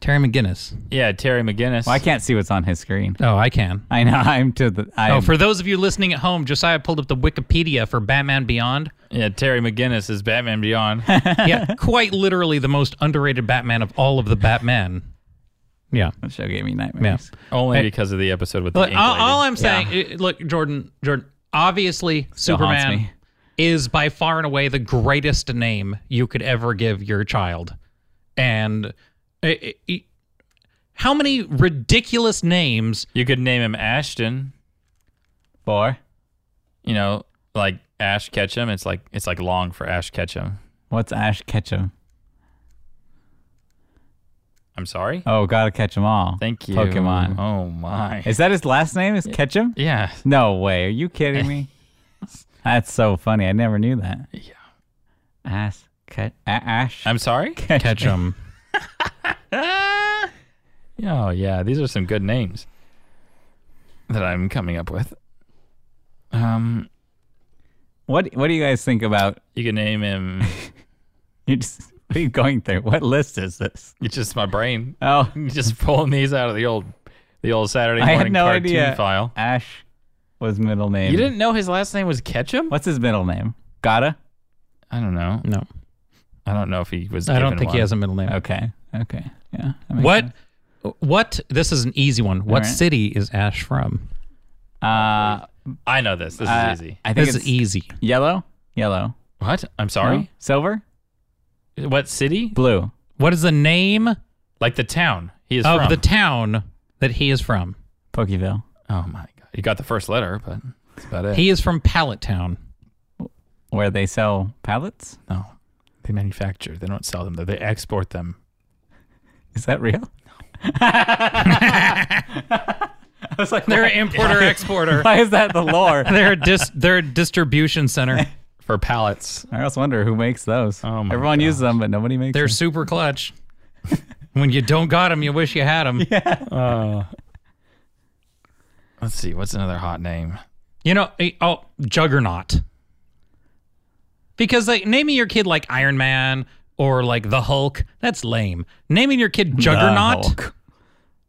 [SPEAKER 1] Terry McGinnis.
[SPEAKER 2] Yeah, Terry McGinnis.
[SPEAKER 3] Well, I can't see what's on his screen.
[SPEAKER 1] Oh, I can.
[SPEAKER 3] I know. I'm to the. I'm,
[SPEAKER 1] Oh, for those of you listening at home, Josiah pulled up the Wikipedia for Batman Beyond.
[SPEAKER 2] Yeah, Terry McGinnis is Batman Beyond.
[SPEAKER 1] yeah, quite literally the most underrated Batman of all of the Batman. Yeah.
[SPEAKER 3] that show gave me nightmares.
[SPEAKER 2] Only because of the episode with the
[SPEAKER 1] Look,
[SPEAKER 2] ink
[SPEAKER 1] all, all
[SPEAKER 2] lady.
[SPEAKER 1] I'm saying, i- look, Jordan, Jordan. Obviously,
[SPEAKER 3] Still haunts
[SPEAKER 1] Superman
[SPEAKER 3] me.
[SPEAKER 1] is by far and away the greatest name you could ever give your child, and i- i- How many ridiculous names?
[SPEAKER 2] You could name him Ashton.
[SPEAKER 3] Four.
[SPEAKER 2] You know, like Ash Ketchum. It's like it's like long for Ash Ketchum.
[SPEAKER 3] What's Ash Ketchum?
[SPEAKER 2] I'm sorry.
[SPEAKER 3] Oh, gotta catch 'em all.
[SPEAKER 2] Thank you.
[SPEAKER 3] Pokemon.
[SPEAKER 2] Oh my.
[SPEAKER 3] Is that his last name? Is Ketchum?
[SPEAKER 2] Yeah.
[SPEAKER 3] No way. Are you kidding me? That's so funny. I never knew that.
[SPEAKER 2] Yeah.
[SPEAKER 3] Ash. Ket- A- Ash.
[SPEAKER 2] I'm sorry.
[SPEAKER 1] Ketchum.
[SPEAKER 2] Oh yeah, these are some good names that I'm coming up with. Um,
[SPEAKER 3] What What do you guys think about?
[SPEAKER 2] you can name him.
[SPEAKER 3] You just, what are you going through? What list is this?
[SPEAKER 2] It's just my brain.
[SPEAKER 3] Oh,
[SPEAKER 2] just pulling these out of the old, the old Saturday
[SPEAKER 3] I
[SPEAKER 2] morning
[SPEAKER 3] had no
[SPEAKER 2] cartoon
[SPEAKER 3] idea.
[SPEAKER 2] file.
[SPEAKER 3] Ash was middle name.
[SPEAKER 2] You didn't know his last name was Ketchum?
[SPEAKER 3] What's his middle name? Gotta.
[SPEAKER 2] I don't know.
[SPEAKER 1] No,
[SPEAKER 2] I don't know if he was.
[SPEAKER 1] I don't
[SPEAKER 2] given
[SPEAKER 1] think he
[SPEAKER 2] one.
[SPEAKER 1] has a middle name.
[SPEAKER 3] Okay. Okay. Yeah. that makes
[SPEAKER 1] What?
[SPEAKER 3] sense.
[SPEAKER 1] What? This is an easy one. What
[SPEAKER 3] All right.
[SPEAKER 1] city is Ash from?
[SPEAKER 3] Uh,
[SPEAKER 2] I know this. This
[SPEAKER 3] uh,
[SPEAKER 2] is easy.
[SPEAKER 3] I think
[SPEAKER 1] This
[SPEAKER 3] it's
[SPEAKER 1] is e- easy.
[SPEAKER 3] yellow. Yellow.
[SPEAKER 2] What? I'm
[SPEAKER 3] No?
[SPEAKER 2] sorry.
[SPEAKER 3] Silver.
[SPEAKER 2] What city?
[SPEAKER 3] Blue.
[SPEAKER 1] What is the name
[SPEAKER 2] Like the town he is
[SPEAKER 1] of
[SPEAKER 2] from.
[SPEAKER 1] Oh, the town that he is from?
[SPEAKER 3] Pokeville.
[SPEAKER 2] oh my god! You got the first letter, but that's about it.
[SPEAKER 1] He is from Pallet Town.
[SPEAKER 3] Where they sell pallets.
[SPEAKER 2] no, Oh. they manufacture. They don't sell them. though. They export them.
[SPEAKER 3] Is that real? I was like,
[SPEAKER 1] They're
[SPEAKER 3] why,
[SPEAKER 1] an importer exporter.
[SPEAKER 3] why is that the lore?
[SPEAKER 1] They're a dis- they're a distribution center.
[SPEAKER 2] for pallets.
[SPEAKER 3] I always wonder who makes those.
[SPEAKER 2] Oh my
[SPEAKER 3] Everyone uses them, but nobody makes
[SPEAKER 1] They're
[SPEAKER 3] them.
[SPEAKER 1] super clutch. When you don't got them, you wish you had them.
[SPEAKER 2] Let's see. What's another hot name?
[SPEAKER 1] You know, eh, oh, Juggernaut. Because like naming your kid like Iron Man or like the Hulk, that's lame. Naming your kid Juggernaut,
[SPEAKER 3] Hulk.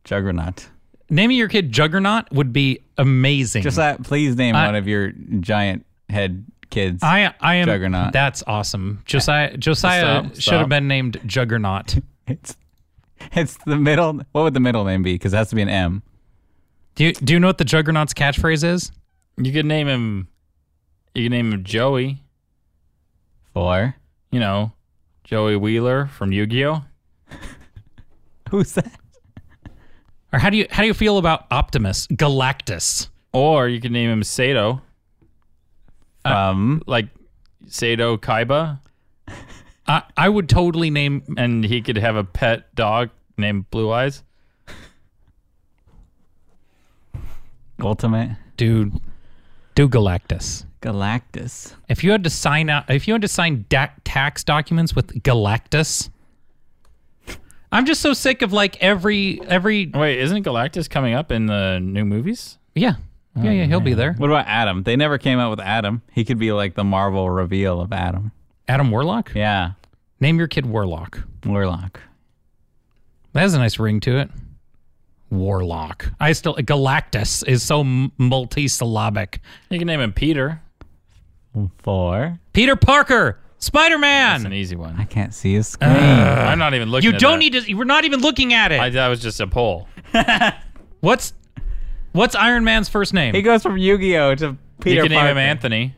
[SPEAKER 3] Juggernaut.
[SPEAKER 1] naming your kid Juggernaut would be amazing.
[SPEAKER 3] Just that. Please name
[SPEAKER 1] I-
[SPEAKER 3] one of your giant head kids.
[SPEAKER 1] I I am
[SPEAKER 3] Juggernaut.
[SPEAKER 1] That's awesome. Josiah Josiah
[SPEAKER 2] Stop,
[SPEAKER 1] should have
[SPEAKER 2] stop.
[SPEAKER 1] been named Juggernaut.
[SPEAKER 3] it's it's the middle. What would the middle name be? Because it has to be an M.
[SPEAKER 1] Do you, do you know what the Juggernaut's catchphrase is?
[SPEAKER 2] You could name him. You could name him Joey.
[SPEAKER 3] Four.
[SPEAKER 2] You know, Joey Wheeler from Yu-Gi-Oh.
[SPEAKER 3] Who's that?
[SPEAKER 1] Or how do you how do you feel about Optimus Galactus?
[SPEAKER 2] Or you could name him Sato, Uh,
[SPEAKER 3] Um.
[SPEAKER 2] like Sato Kaiba,
[SPEAKER 1] I, I would totally name
[SPEAKER 2] and he could have a pet dog named Blue Eyes.
[SPEAKER 3] Ultimate
[SPEAKER 1] dude do Galactus.
[SPEAKER 3] Galactus.
[SPEAKER 1] If you had to sign out, if you had to sign da- tax documents with Galactus, I'm just so sick of like every every
[SPEAKER 2] Wait, isn't Galactus coming up in the new movies?
[SPEAKER 1] yeah
[SPEAKER 2] Oh,
[SPEAKER 1] yeah yeah he'll be there.
[SPEAKER 3] What about Adam? They never came out with Adam. He could be like the Marvel reveal of Adam.
[SPEAKER 1] Adam Warlock,
[SPEAKER 3] Yeah.
[SPEAKER 1] name your kid Warlock.
[SPEAKER 3] Warlock.
[SPEAKER 1] That has a nice ring to it. Warlock. I still Galactus is so m- multi-syllabic.
[SPEAKER 2] You can name him Peter.
[SPEAKER 3] Four.
[SPEAKER 1] Peter Parker, Spider
[SPEAKER 2] That's an
[SPEAKER 1] Man.
[SPEAKER 2] easy one.
[SPEAKER 3] I can't see his screen.
[SPEAKER 2] I'm not even looking.
[SPEAKER 1] You
[SPEAKER 2] at
[SPEAKER 1] don't
[SPEAKER 2] that.
[SPEAKER 1] need to. We're not even looking at it.
[SPEAKER 2] I, that was just a poll.
[SPEAKER 1] what's What's Iron Man's first name?
[SPEAKER 3] he goes from Yu-Gi-Oh to Peter
[SPEAKER 2] you can name
[SPEAKER 3] Parker.
[SPEAKER 2] him Anthony.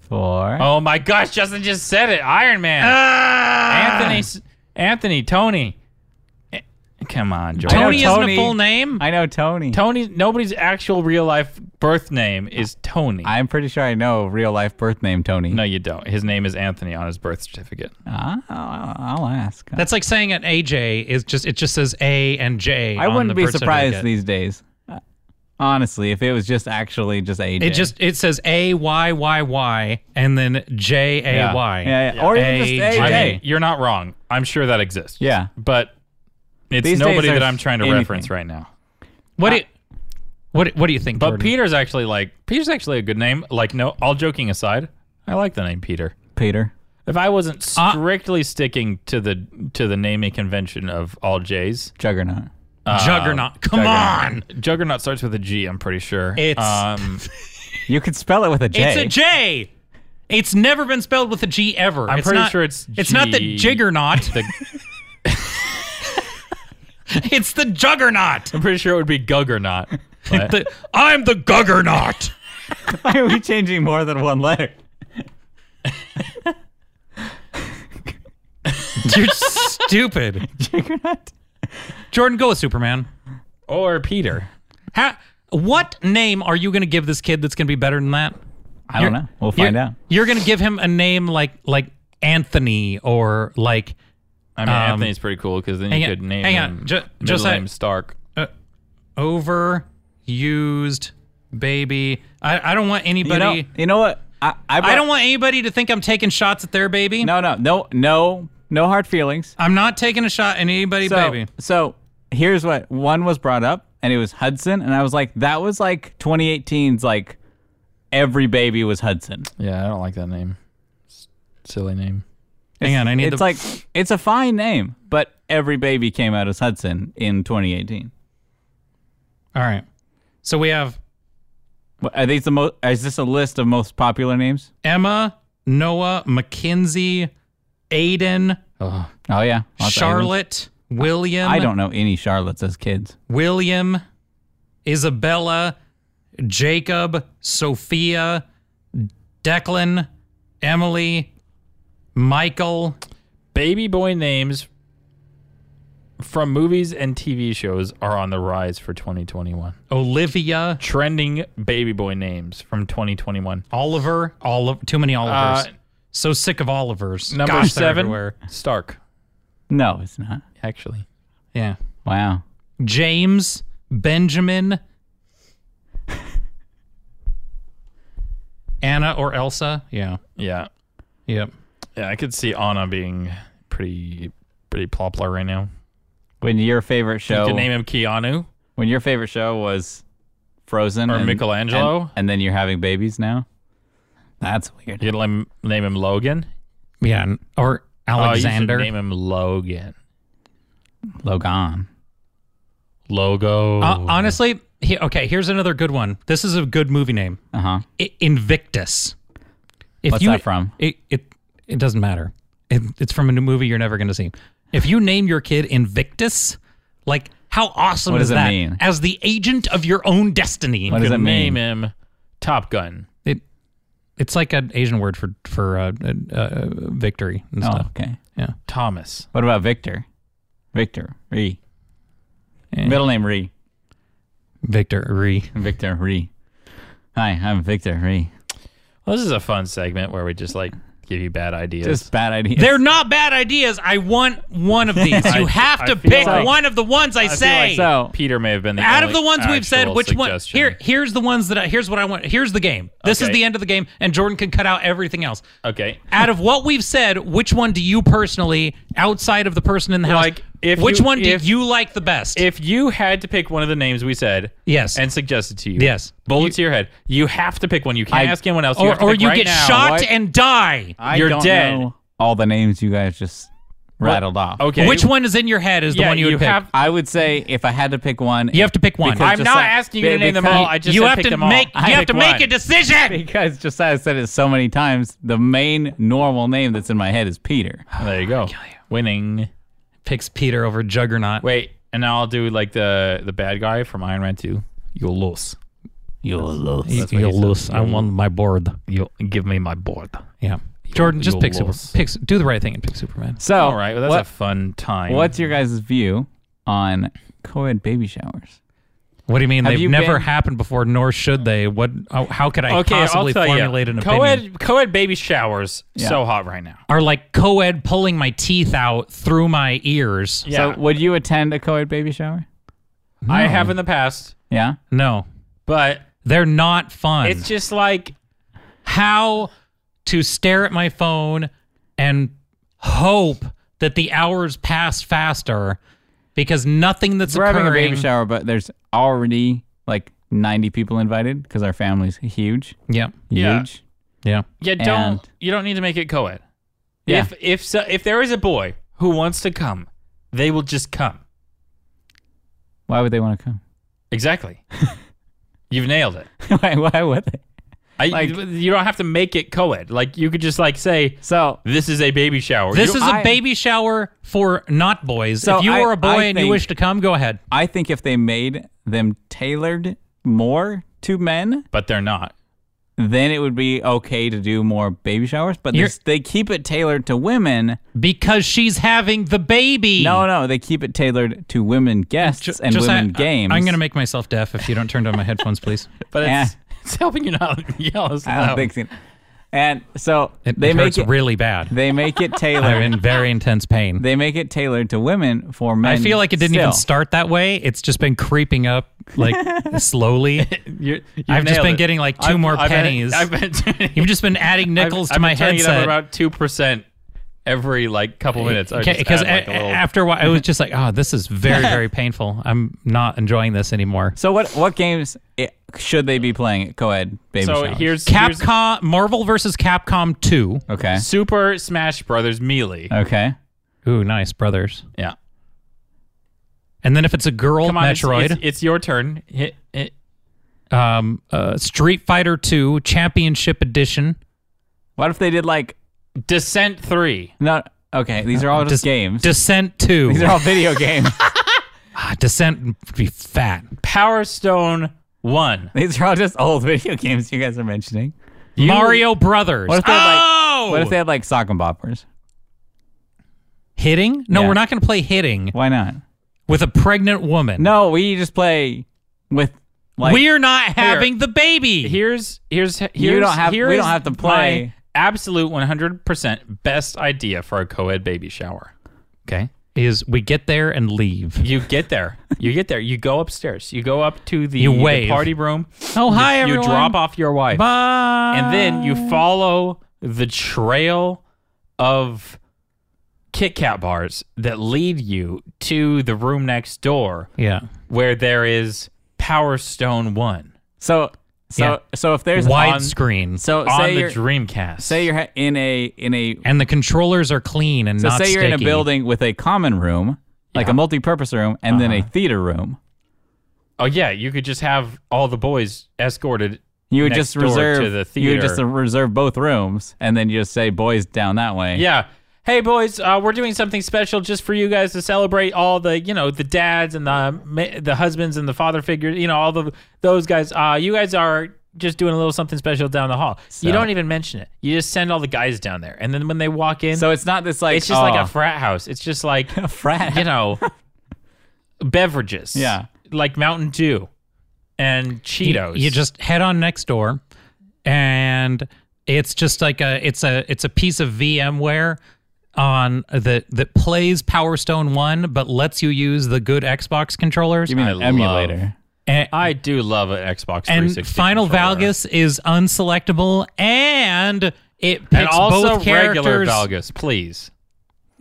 [SPEAKER 3] Four.
[SPEAKER 2] Oh my gosh, Justin just said it. Iron Man. Anthony, S- Anthony, Tony. Eh, Come on, Joel.
[SPEAKER 3] I know
[SPEAKER 1] Tony isn't
[SPEAKER 3] Tony.
[SPEAKER 1] a full name.
[SPEAKER 3] I know Tony.
[SPEAKER 2] Tony. Nobody's actual real life birth name is Tony.
[SPEAKER 3] I'm pretty sure I know real life birth name Tony.
[SPEAKER 2] no, you don't. His name is Anthony on his birth certificate.
[SPEAKER 3] Ah, I'll, I'll ask.
[SPEAKER 1] That's like saying an AJ is just it just says A and J.
[SPEAKER 3] I
[SPEAKER 1] on
[SPEAKER 3] wouldn't
[SPEAKER 1] the
[SPEAKER 3] be
[SPEAKER 1] birth
[SPEAKER 3] surprised
[SPEAKER 1] certificate.
[SPEAKER 3] these days. Uh, Honestly, if it was just actually just AJ.
[SPEAKER 1] It just it says A Y Y Y and then J A Y.
[SPEAKER 3] Yeah, yeah. Or even just
[SPEAKER 1] AJ.
[SPEAKER 3] AJ.
[SPEAKER 2] I mean, you're not wrong. I'm sure that exists.
[SPEAKER 3] Yeah.
[SPEAKER 2] but it's
[SPEAKER 3] These days
[SPEAKER 2] nobody
[SPEAKER 3] there's
[SPEAKER 2] that I'm trying to
[SPEAKER 3] anything.
[SPEAKER 2] reference right now.
[SPEAKER 1] What do you, what what do you think?
[SPEAKER 2] But
[SPEAKER 1] Jordan?
[SPEAKER 2] Peter's actually like Peter's actually a good name. Like no, all joking aside, I like the name Peter.
[SPEAKER 3] Peter.
[SPEAKER 2] If I wasn't
[SPEAKER 1] Uh,
[SPEAKER 2] strictly sticking to the to the naming convention of all J's,
[SPEAKER 3] Juggernaut.
[SPEAKER 1] Uh, Juggernaut. Come on.
[SPEAKER 2] Juggernaut starts with a G. I'm pretty sure.
[SPEAKER 1] It's-
[SPEAKER 2] um,
[SPEAKER 3] You could spell it with a J.
[SPEAKER 1] It's a J. It's never been spelled with a G ever.
[SPEAKER 2] I'm
[SPEAKER 1] It's
[SPEAKER 2] pretty
[SPEAKER 1] not-
[SPEAKER 2] sure it's
[SPEAKER 1] It's not the
[SPEAKER 2] G-
[SPEAKER 1] Jiggernaut.
[SPEAKER 2] the,
[SPEAKER 1] it's the Juggernaut.
[SPEAKER 2] I'm pretty sure it would be Guggernaut. but-
[SPEAKER 1] The- I'm the Guggernaut.
[SPEAKER 3] Why are we changing more than one letter?
[SPEAKER 1] You're stupid.
[SPEAKER 3] Juggernaut.
[SPEAKER 1] Jordan, go with Superman.
[SPEAKER 2] Or Peter.
[SPEAKER 1] Ha- what name are you going to give this kid that's going to be better than that?
[SPEAKER 3] I don't
[SPEAKER 1] You're-
[SPEAKER 3] know. We'll
[SPEAKER 1] You're-
[SPEAKER 3] find out.
[SPEAKER 1] You're going to give him a name like like Anthony or like
[SPEAKER 2] I mean,
[SPEAKER 1] Um,
[SPEAKER 2] Anthony's pretty cool because then
[SPEAKER 1] hang
[SPEAKER 2] you
[SPEAKER 1] on-
[SPEAKER 2] could name
[SPEAKER 1] hang on.
[SPEAKER 2] him
[SPEAKER 1] Ju-
[SPEAKER 2] middle
[SPEAKER 1] just I-
[SPEAKER 2] name Stark.
[SPEAKER 1] overused baby. I, I don't want
[SPEAKER 3] You
[SPEAKER 1] anybody.
[SPEAKER 3] know, you know what? I, I,
[SPEAKER 1] I don't want anybody to think I'm taking shots at their baby.
[SPEAKER 3] No, no, no, no, no hard feelings.
[SPEAKER 1] I'm not taking a shot at anybody's
[SPEAKER 3] So,
[SPEAKER 1] baby.
[SPEAKER 3] so here's what one was brought up, and it was Hudson, and I was like, that was like 2018's like every baby was Hudson.
[SPEAKER 2] Yeah, I don't like that name. S- Silly name.
[SPEAKER 1] Hang on, I need
[SPEAKER 3] It's
[SPEAKER 1] the-
[SPEAKER 3] like it's a fine name, but every baby came out as Hudson in 2018.
[SPEAKER 1] All right. So we have
[SPEAKER 3] What- Are these the most? Is this a list of most popular names?
[SPEAKER 1] Emma, Noah, Mackenzie, Aiden,
[SPEAKER 2] Oh,
[SPEAKER 3] Oh yeah, Lots of Aidens.
[SPEAKER 1] Charlotte, William.
[SPEAKER 3] I don't know any Charlottes as kids.
[SPEAKER 1] William, Isabella, Jacob, Sophia, Declan, Emily, Michael.
[SPEAKER 2] baby boy names from movies and TV shows are on the rise for 2021.
[SPEAKER 1] Olivia,
[SPEAKER 2] Trending baby boy names from 2021.
[SPEAKER 1] Oliver, Olive, too many Olivers.
[SPEAKER 2] Uh,
[SPEAKER 1] so sick of Olivers.
[SPEAKER 2] Number
[SPEAKER 1] Gosh, they're
[SPEAKER 2] seven,
[SPEAKER 1] everywhere.
[SPEAKER 2] Stark.
[SPEAKER 3] No, it's not.
[SPEAKER 2] Actually,
[SPEAKER 1] Yeah.
[SPEAKER 3] Wow.
[SPEAKER 1] James, Benjamin, Anna or Elsa. Yeah.
[SPEAKER 2] yeah,
[SPEAKER 1] Yep.
[SPEAKER 2] yeah, I could see Anna being pretty, pretty popular right now. Oh.
[SPEAKER 3] When your favorite
[SPEAKER 2] You
[SPEAKER 3] show?
[SPEAKER 2] could name him Keanu.
[SPEAKER 3] when your favorite show was Frozen
[SPEAKER 2] Or
[SPEAKER 3] and-
[SPEAKER 2] Michelangelo?
[SPEAKER 3] and, and then you're having babies now. That's weird.
[SPEAKER 2] You could name, name him Logan.
[SPEAKER 1] Yeah. n- Or Alexander.
[SPEAKER 2] Oh, you should name him Logan.
[SPEAKER 3] Logan.
[SPEAKER 2] Logo.
[SPEAKER 3] Oh,
[SPEAKER 1] Uh, honestly, he, okay, here's another good one. This is a good movie name.
[SPEAKER 3] Uh huh.
[SPEAKER 1] I- Invictus. If
[SPEAKER 3] What's that from?
[SPEAKER 1] It it, it doesn't matter. It, it's from a new movie you're never going to see. If you name your kid Invictus, like how awesome
[SPEAKER 3] What
[SPEAKER 1] is
[SPEAKER 3] does it
[SPEAKER 1] that?
[SPEAKER 3] mean?
[SPEAKER 1] As the agent of your own destiny.
[SPEAKER 3] What
[SPEAKER 2] you
[SPEAKER 3] does
[SPEAKER 2] could
[SPEAKER 3] that mean?
[SPEAKER 2] name him Top Gun.
[SPEAKER 1] It it's like an Asian word for for uh, uh, uh, victory and
[SPEAKER 3] Oh,
[SPEAKER 1] stuff.
[SPEAKER 3] okay.
[SPEAKER 1] Yeah.
[SPEAKER 2] Thomas.
[SPEAKER 3] What about Victor? Victor Ree.
[SPEAKER 1] Eh.
[SPEAKER 3] Middle name Ree.
[SPEAKER 1] Victory.
[SPEAKER 3] Victor Ree. Hi, I'm Victor Ree.
[SPEAKER 2] Well, this is a fun segment where we just like give you bad ideas.
[SPEAKER 3] Just bad idea.
[SPEAKER 1] They're not bad ideas. I want one of these. You have
[SPEAKER 2] I
[SPEAKER 1] to
[SPEAKER 2] feel
[SPEAKER 1] pick
[SPEAKER 2] like-
[SPEAKER 1] one of the ones I,
[SPEAKER 2] I feel
[SPEAKER 1] say.
[SPEAKER 2] like
[SPEAKER 3] So-
[SPEAKER 2] Peter may have been the
[SPEAKER 1] out of
[SPEAKER 2] only
[SPEAKER 1] the ones we've said,
[SPEAKER 2] actual
[SPEAKER 1] which one?
[SPEAKER 2] suggestion.
[SPEAKER 1] Here, here's the ones that I. Here's what I want. Here's the game. This is
[SPEAKER 2] Okay.
[SPEAKER 1] the end of the game, and Jordan can cut out everything else.
[SPEAKER 2] Okay.
[SPEAKER 1] Out of what we've said, which one do you personally, outside of the person in the house,
[SPEAKER 2] Like, if
[SPEAKER 1] which
[SPEAKER 2] you-
[SPEAKER 1] one do
[SPEAKER 2] if-
[SPEAKER 1] you like the best?
[SPEAKER 2] If you had to pick one of the names we said,
[SPEAKER 1] Yes.
[SPEAKER 2] and suggested to you,
[SPEAKER 1] Yes.
[SPEAKER 2] bullet to your head, you have to pick one. You can't
[SPEAKER 3] I-
[SPEAKER 2] ask anyone else. You have
[SPEAKER 1] or
[SPEAKER 2] to
[SPEAKER 1] or
[SPEAKER 2] pick
[SPEAKER 1] you
[SPEAKER 2] right
[SPEAKER 1] get
[SPEAKER 2] now.
[SPEAKER 1] shot
[SPEAKER 3] what?
[SPEAKER 1] and die.
[SPEAKER 3] I
[SPEAKER 2] You're dead.
[SPEAKER 3] all the names you guys just rattled off.
[SPEAKER 2] Okay.
[SPEAKER 1] Which one is in your head is the
[SPEAKER 2] Yeah,
[SPEAKER 1] one you would
[SPEAKER 2] you
[SPEAKER 1] pick.
[SPEAKER 2] have-
[SPEAKER 3] I would say if I had to pick one,
[SPEAKER 1] you have to pick one.
[SPEAKER 3] Because-
[SPEAKER 2] I'm
[SPEAKER 3] just
[SPEAKER 2] not
[SPEAKER 3] like-
[SPEAKER 2] asking you to
[SPEAKER 3] be-
[SPEAKER 2] name them
[SPEAKER 3] because-
[SPEAKER 2] all. I just
[SPEAKER 1] you
[SPEAKER 2] said
[SPEAKER 1] have
[SPEAKER 2] pick
[SPEAKER 1] to
[SPEAKER 2] them all.
[SPEAKER 1] make.
[SPEAKER 2] I
[SPEAKER 1] you have
[SPEAKER 2] pick
[SPEAKER 1] to make
[SPEAKER 2] one.
[SPEAKER 1] a decision.
[SPEAKER 3] because Josiah said it so many times. The main normal name that's in my head is Peter.
[SPEAKER 2] There you go. Winning.
[SPEAKER 1] Picks Peter over Juggernaut.
[SPEAKER 2] Wait, and now I'll do like the the bad guy from Iron Man Two. You'll lose.
[SPEAKER 3] You lose.
[SPEAKER 2] what he said.
[SPEAKER 1] I won my board.
[SPEAKER 2] You'll give me my board.
[SPEAKER 1] Yeah. Jordan, just
[SPEAKER 2] you'll
[SPEAKER 1] pick Super.
[SPEAKER 2] lose.
[SPEAKER 1] Pick, do the right thing and pick Superman.
[SPEAKER 3] So,
[SPEAKER 2] All right. Well, that's
[SPEAKER 3] what-
[SPEAKER 2] a fun time.
[SPEAKER 3] what's your guys' view on co-ed baby showers?
[SPEAKER 1] What do you mean?
[SPEAKER 3] Have
[SPEAKER 1] They've
[SPEAKER 3] you
[SPEAKER 1] never
[SPEAKER 3] been-
[SPEAKER 1] happened before, nor should they. What? How, how could I
[SPEAKER 2] okay?
[SPEAKER 1] possibly
[SPEAKER 2] I'll tell
[SPEAKER 1] formulate
[SPEAKER 2] you.
[SPEAKER 1] an
[SPEAKER 2] co-ed,
[SPEAKER 1] opinion?
[SPEAKER 2] Co-ed baby showers
[SPEAKER 3] Yeah.
[SPEAKER 2] so hot right now.
[SPEAKER 1] Are like co-ed pulling my teeth out through my ears?
[SPEAKER 2] Yeah.
[SPEAKER 3] So, would you attend a co-ed baby shower?
[SPEAKER 2] I have in the past,
[SPEAKER 3] Yeah.
[SPEAKER 1] No,
[SPEAKER 2] but
[SPEAKER 1] they're not fun.
[SPEAKER 2] it's just like
[SPEAKER 1] how to stare at my phone and hope that the hours pass faster because nothing that's
[SPEAKER 3] We're
[SPEAKER 1] occurring.
[SPEAKER 3] having a baby shower, but there's already like 90 people invited because our family's huge.
[SPEAKER 1] Yeah,
[SPEAKER 2] Yeah.
[SPEAKER 3] Huge.
[SPEAKER 1] yeah.
[SPEAKER 2] you don't
[SPEAKER 3] And-
[SPEAKER 2] you don't need to make it co-ed.
[SPEAKER 3] Yeah.
[SPEAKER 2] If if so, if there is a boy who wants to come, they will just come.
[SPEAKER 3] Why would they want to come?
[SPEAKER 2] Exactly. You've nailed it.
[SPEAKER 3] why, why would they?
[SPEAKER 2] I,
[SPEAKER 3] Like-
[SPEAKER 2] you don't have to make it co-ed. Like you could just like say
[SPEAKER 3] So,
[SPEAKER 2] this is a baby shower.
[SPEAKER 1] This
[SPEAKER 2] You-
[SPEAKER 1] is a
[SPEAKER 3] I-
[SPEAKER 1] baby shower for not boys.
[SPEAKER 3] So
[SPEAKER 1] if you
[SPEAKER 3] I-
[SPEAKER 1] are a boy
[SPEAKER 3] I
[SPEAKER 1] and you
[SPEAKER 3] think-
[SPEAKER 1] wish to come, go ahead.
[SPEAKER 3] I think if they made them tailored more to men,
[SPEAKER 2] but they're not.
[SPEAKER 3] then it would be okay to do more baby showers. But
[SPEAKER 1] You're-
[SPEAKER 3] this, they keep it tailored to women.
[SPEAKER 1] because she's having the baby.
[SPEAKER 3] No, no, they keep it tailored to women guests
[SPEAKER 1] E. Ju-
[SPEAKER 3] and
[SPEAKER 1] Josiah,
[SPEAKER 3] women
[SPEAKER 1] I-
[SPEAKER 3] games.
[SPEAKER 1] I'm gonna make myself deaf if you don't turn down my headphones, please.
[SPEAKER 2] But it's,
[SPEAKER 3] Eh.
[SPEAKER 2] it's helping you not yell as
[SPEAKER 3] I don't
[SPEAKER 2] loud.
[SPEAKER 3] think. So. And
[SPEAKER 1] Oh.
[SPEAKER 3] so
[SPEAKER 1] It
[SPEAKER 3] they make
[SPEAKER 1] hurts
[SPEAKER 3] it.
[SPEAKER 1] really bad.
[SPEAKER 3] they make it
[SPEAKER 1] I'm
[SPEAKER 3] tailored.
[SPEAKER 1] in very intense pain.
[SPEAKER 3] they make it tailored to women for men.
[SPEAKER 1] I feel like it didn't even
[SPEAKER 3] still.
[SPEAKER 1] start that way. It's just been creeping up like slowly.
[SPEAKER 2] You're, you
[SPEAKER 1] I've just
[SPEAKER 2] nailed
[SPEAKER 1] been
[SPEAKER 2] it.
[SPEAKER 1] getting, like, 2
[SPEAKER 2] I've-
[SPEAKER 1] more
[SPEAKER 2] I've been-
[SPEAKER 1] pennies.
[SPEAKER 2] I've been
[SPEAKER 1] You've just been adding nickels to
[SPEAKER 2] I've, I've
[SPEAKER 1] my
[SPEAKER 2] been turning It
[SPEAKER 1] headset.
[SPEAKER 2] up about two percent every like couple minutes. I just
[SPEAKER 1] Because
[SPEAKER 2] add, like, a little-
[SPEAKER 1] after a while, I was just like, "Oh, this is very, very painful. I'm not enjoying this anymore."
[SPEAKER 3] So what? What games i- should they be playing at co-ed baby
[SPEAKER 2] so
[SPEAKER 3] showers?
[SPEAKER 2] here's here's
[SPEAKER 1] Capcom, Marvel versus Capcom Two.
[SPEAKER 3] okay, Uh,
[SPEAKER 2] Super Smash Brothers Melee.
[SPEAKER 3] okay.
[SPEAKER 1] Ooh, nice brothers.
[SPEAKER 2] yeah,
[SPEAKER 1] And then if it's a girl,
[SPEAKER 2] come on, it's-
[SPEAKER 1] Metroid,
[SPEAKER 2] It's, it's your turn. Hit, hit.
[SPEAKER 1] um, uh, Street Fighter Two Championship Edition.
[SPEAKER 3] What if they did like
[SPEAKER 2] Descent Three.
[SPEAKER 3] no? Okay, these are all just
[SPEAKER 1] Des-
[SPEAKER 3] games.
[SPEAKER 1] Descent Two.
[SPEAKER 3] these are all video games.
[SPEAKER 1] Ah, Descent would be fat.
[SPEAKER 2] Power Stone One.
[SPEAKER 3] These are all just old video games you guys are mentioning.
[SPEAKER 1] Mario Brothers.
[SPEAKER 3] What if they had,
[SPEAKER 1] oh,
[SPEAKER 3] What if they had like sock and boppers?
[SPEAKER 1] hitting? No,
[SPEAKER 3] Yeah.
[SPEAKER 1] we're not going to play hitting
[SPEAKER 3] Why not?
[SPEAKER 1] with a pregnant woman.
[SPEAKER 3] No, we just play with like
[SPEAKER 1] we're not having the baby.
[SPEAKER 2] Here's here's here's
[SPEAKER 3] You don't have-
[SPEAKER 2] here
[SPEAKER 3] we don't
[SPEAKER 2] is
[SPEAKER 3] have to play.
[SPEAKER 2] my absolute 100% best idea for a co-ed baby shower. Okay?
[SPEAKER 1] Is we get there and leave.
[SPEAKER 2] You get there. You get there. You go upstairs. You go up to the,
[SPEAKER 1] You
[SPEAKER 2] the
[SPEAKER 1] wave.
[SPEAKER 2] party room.
[SPEAKER 1] Oh, hi everyone.
[SPEAKER 2] You drop off your wife.
[SPEAKER 1] Bye.
[SPEAKER 2] And then you follow the trail of Kit Kat bars that lead you to the room next door
[SPEAKER 1] yeah.
[SPEAKER 2] where there is Power Stone 1
[SPEAKER 3] so so
[SPEAKER 1] Yeah.
[SPEAKER 3] so if there's
[SPEAKER 1] Wide screen.
[SPEAKER 3] so
[SPEAKER 2] on
[SPEAKER 3] Oh, say
[SPEAKER 2] the
[SPEAKER 3] you're
[SPEAKER 2] Dreamcast.
[SPEAKER 3] say you're ha- in a in a
[SPEAKER 1] and the controllers are clean and
[SPEAKER 3] so
[SPEAKER 1] not
[SPEAKER 3] say you're in a
[SPEAKER 1] sticky.
[SPEAKER 3] building with a common room like a multi-purpose room and then
[SPEAKER 2] Uh-huh.
[SPEAKER 3] a theater room.
[SPEAKER 2] Oh yeah, you could just have all the boys escorted.
[SPEAKER 3] You would
[SPEAKER 2] next
[SPEAKER 3] just
[SPEAKER 2] door
[SPEAKER 3] reserve
[SPEAKER 2] to the
[SPEAKER 3] You would
[SPEAKER 2] theater.
[SPEAKER 3] just reserve both rooms and then you just say boys down that way.
[SPEAKER 2] Yeah. Hey boys, uh, we're doing something special just for you guys to celebrate all the, you know, the dads and the ma- the husbands and the father figures, you know, all the those guys. Uh, you guys are just doing a little something special down the hall. you don't even mention it. You just send all the guys down there, and then when they walk in,
[SPEAKER 3] So it's not this like
[SPEAKER 2] it's just
[SPEAKER 3] oh,
[SPEAKER 2] like a frat house. It's just like
[SPEAKER 3] frat.
[SPEAKER 2] you know, beverages.
[SPEAKER 3] Yeah.
[SPEAKER 2] like Mountain Dew and Cheetos.
[SPEAKER 1] You just head on next door, and it's just like a it's a it's a piece of VMware on that that plays Power Stone One, but lets you use the good Xbox controllers.
[SPEAKER 3] you mean
[SPEAKER 2] I
[SPEAKER 3] an emulator.
[SPEAKER 1] and,
[SPEAKER 2] I do love an Xbox
[SPEAKER 1] and
[SPEAKER 2] 360
[SPEAKER 1] Final
[SPEAKER 2] controller.
[SPEAKER 1] Valgus is unselectable, and it picks
[SPEAKER 2] and also
[SPEAKER 1] both characters.
[SPEAKER 2] regular Valgus, please.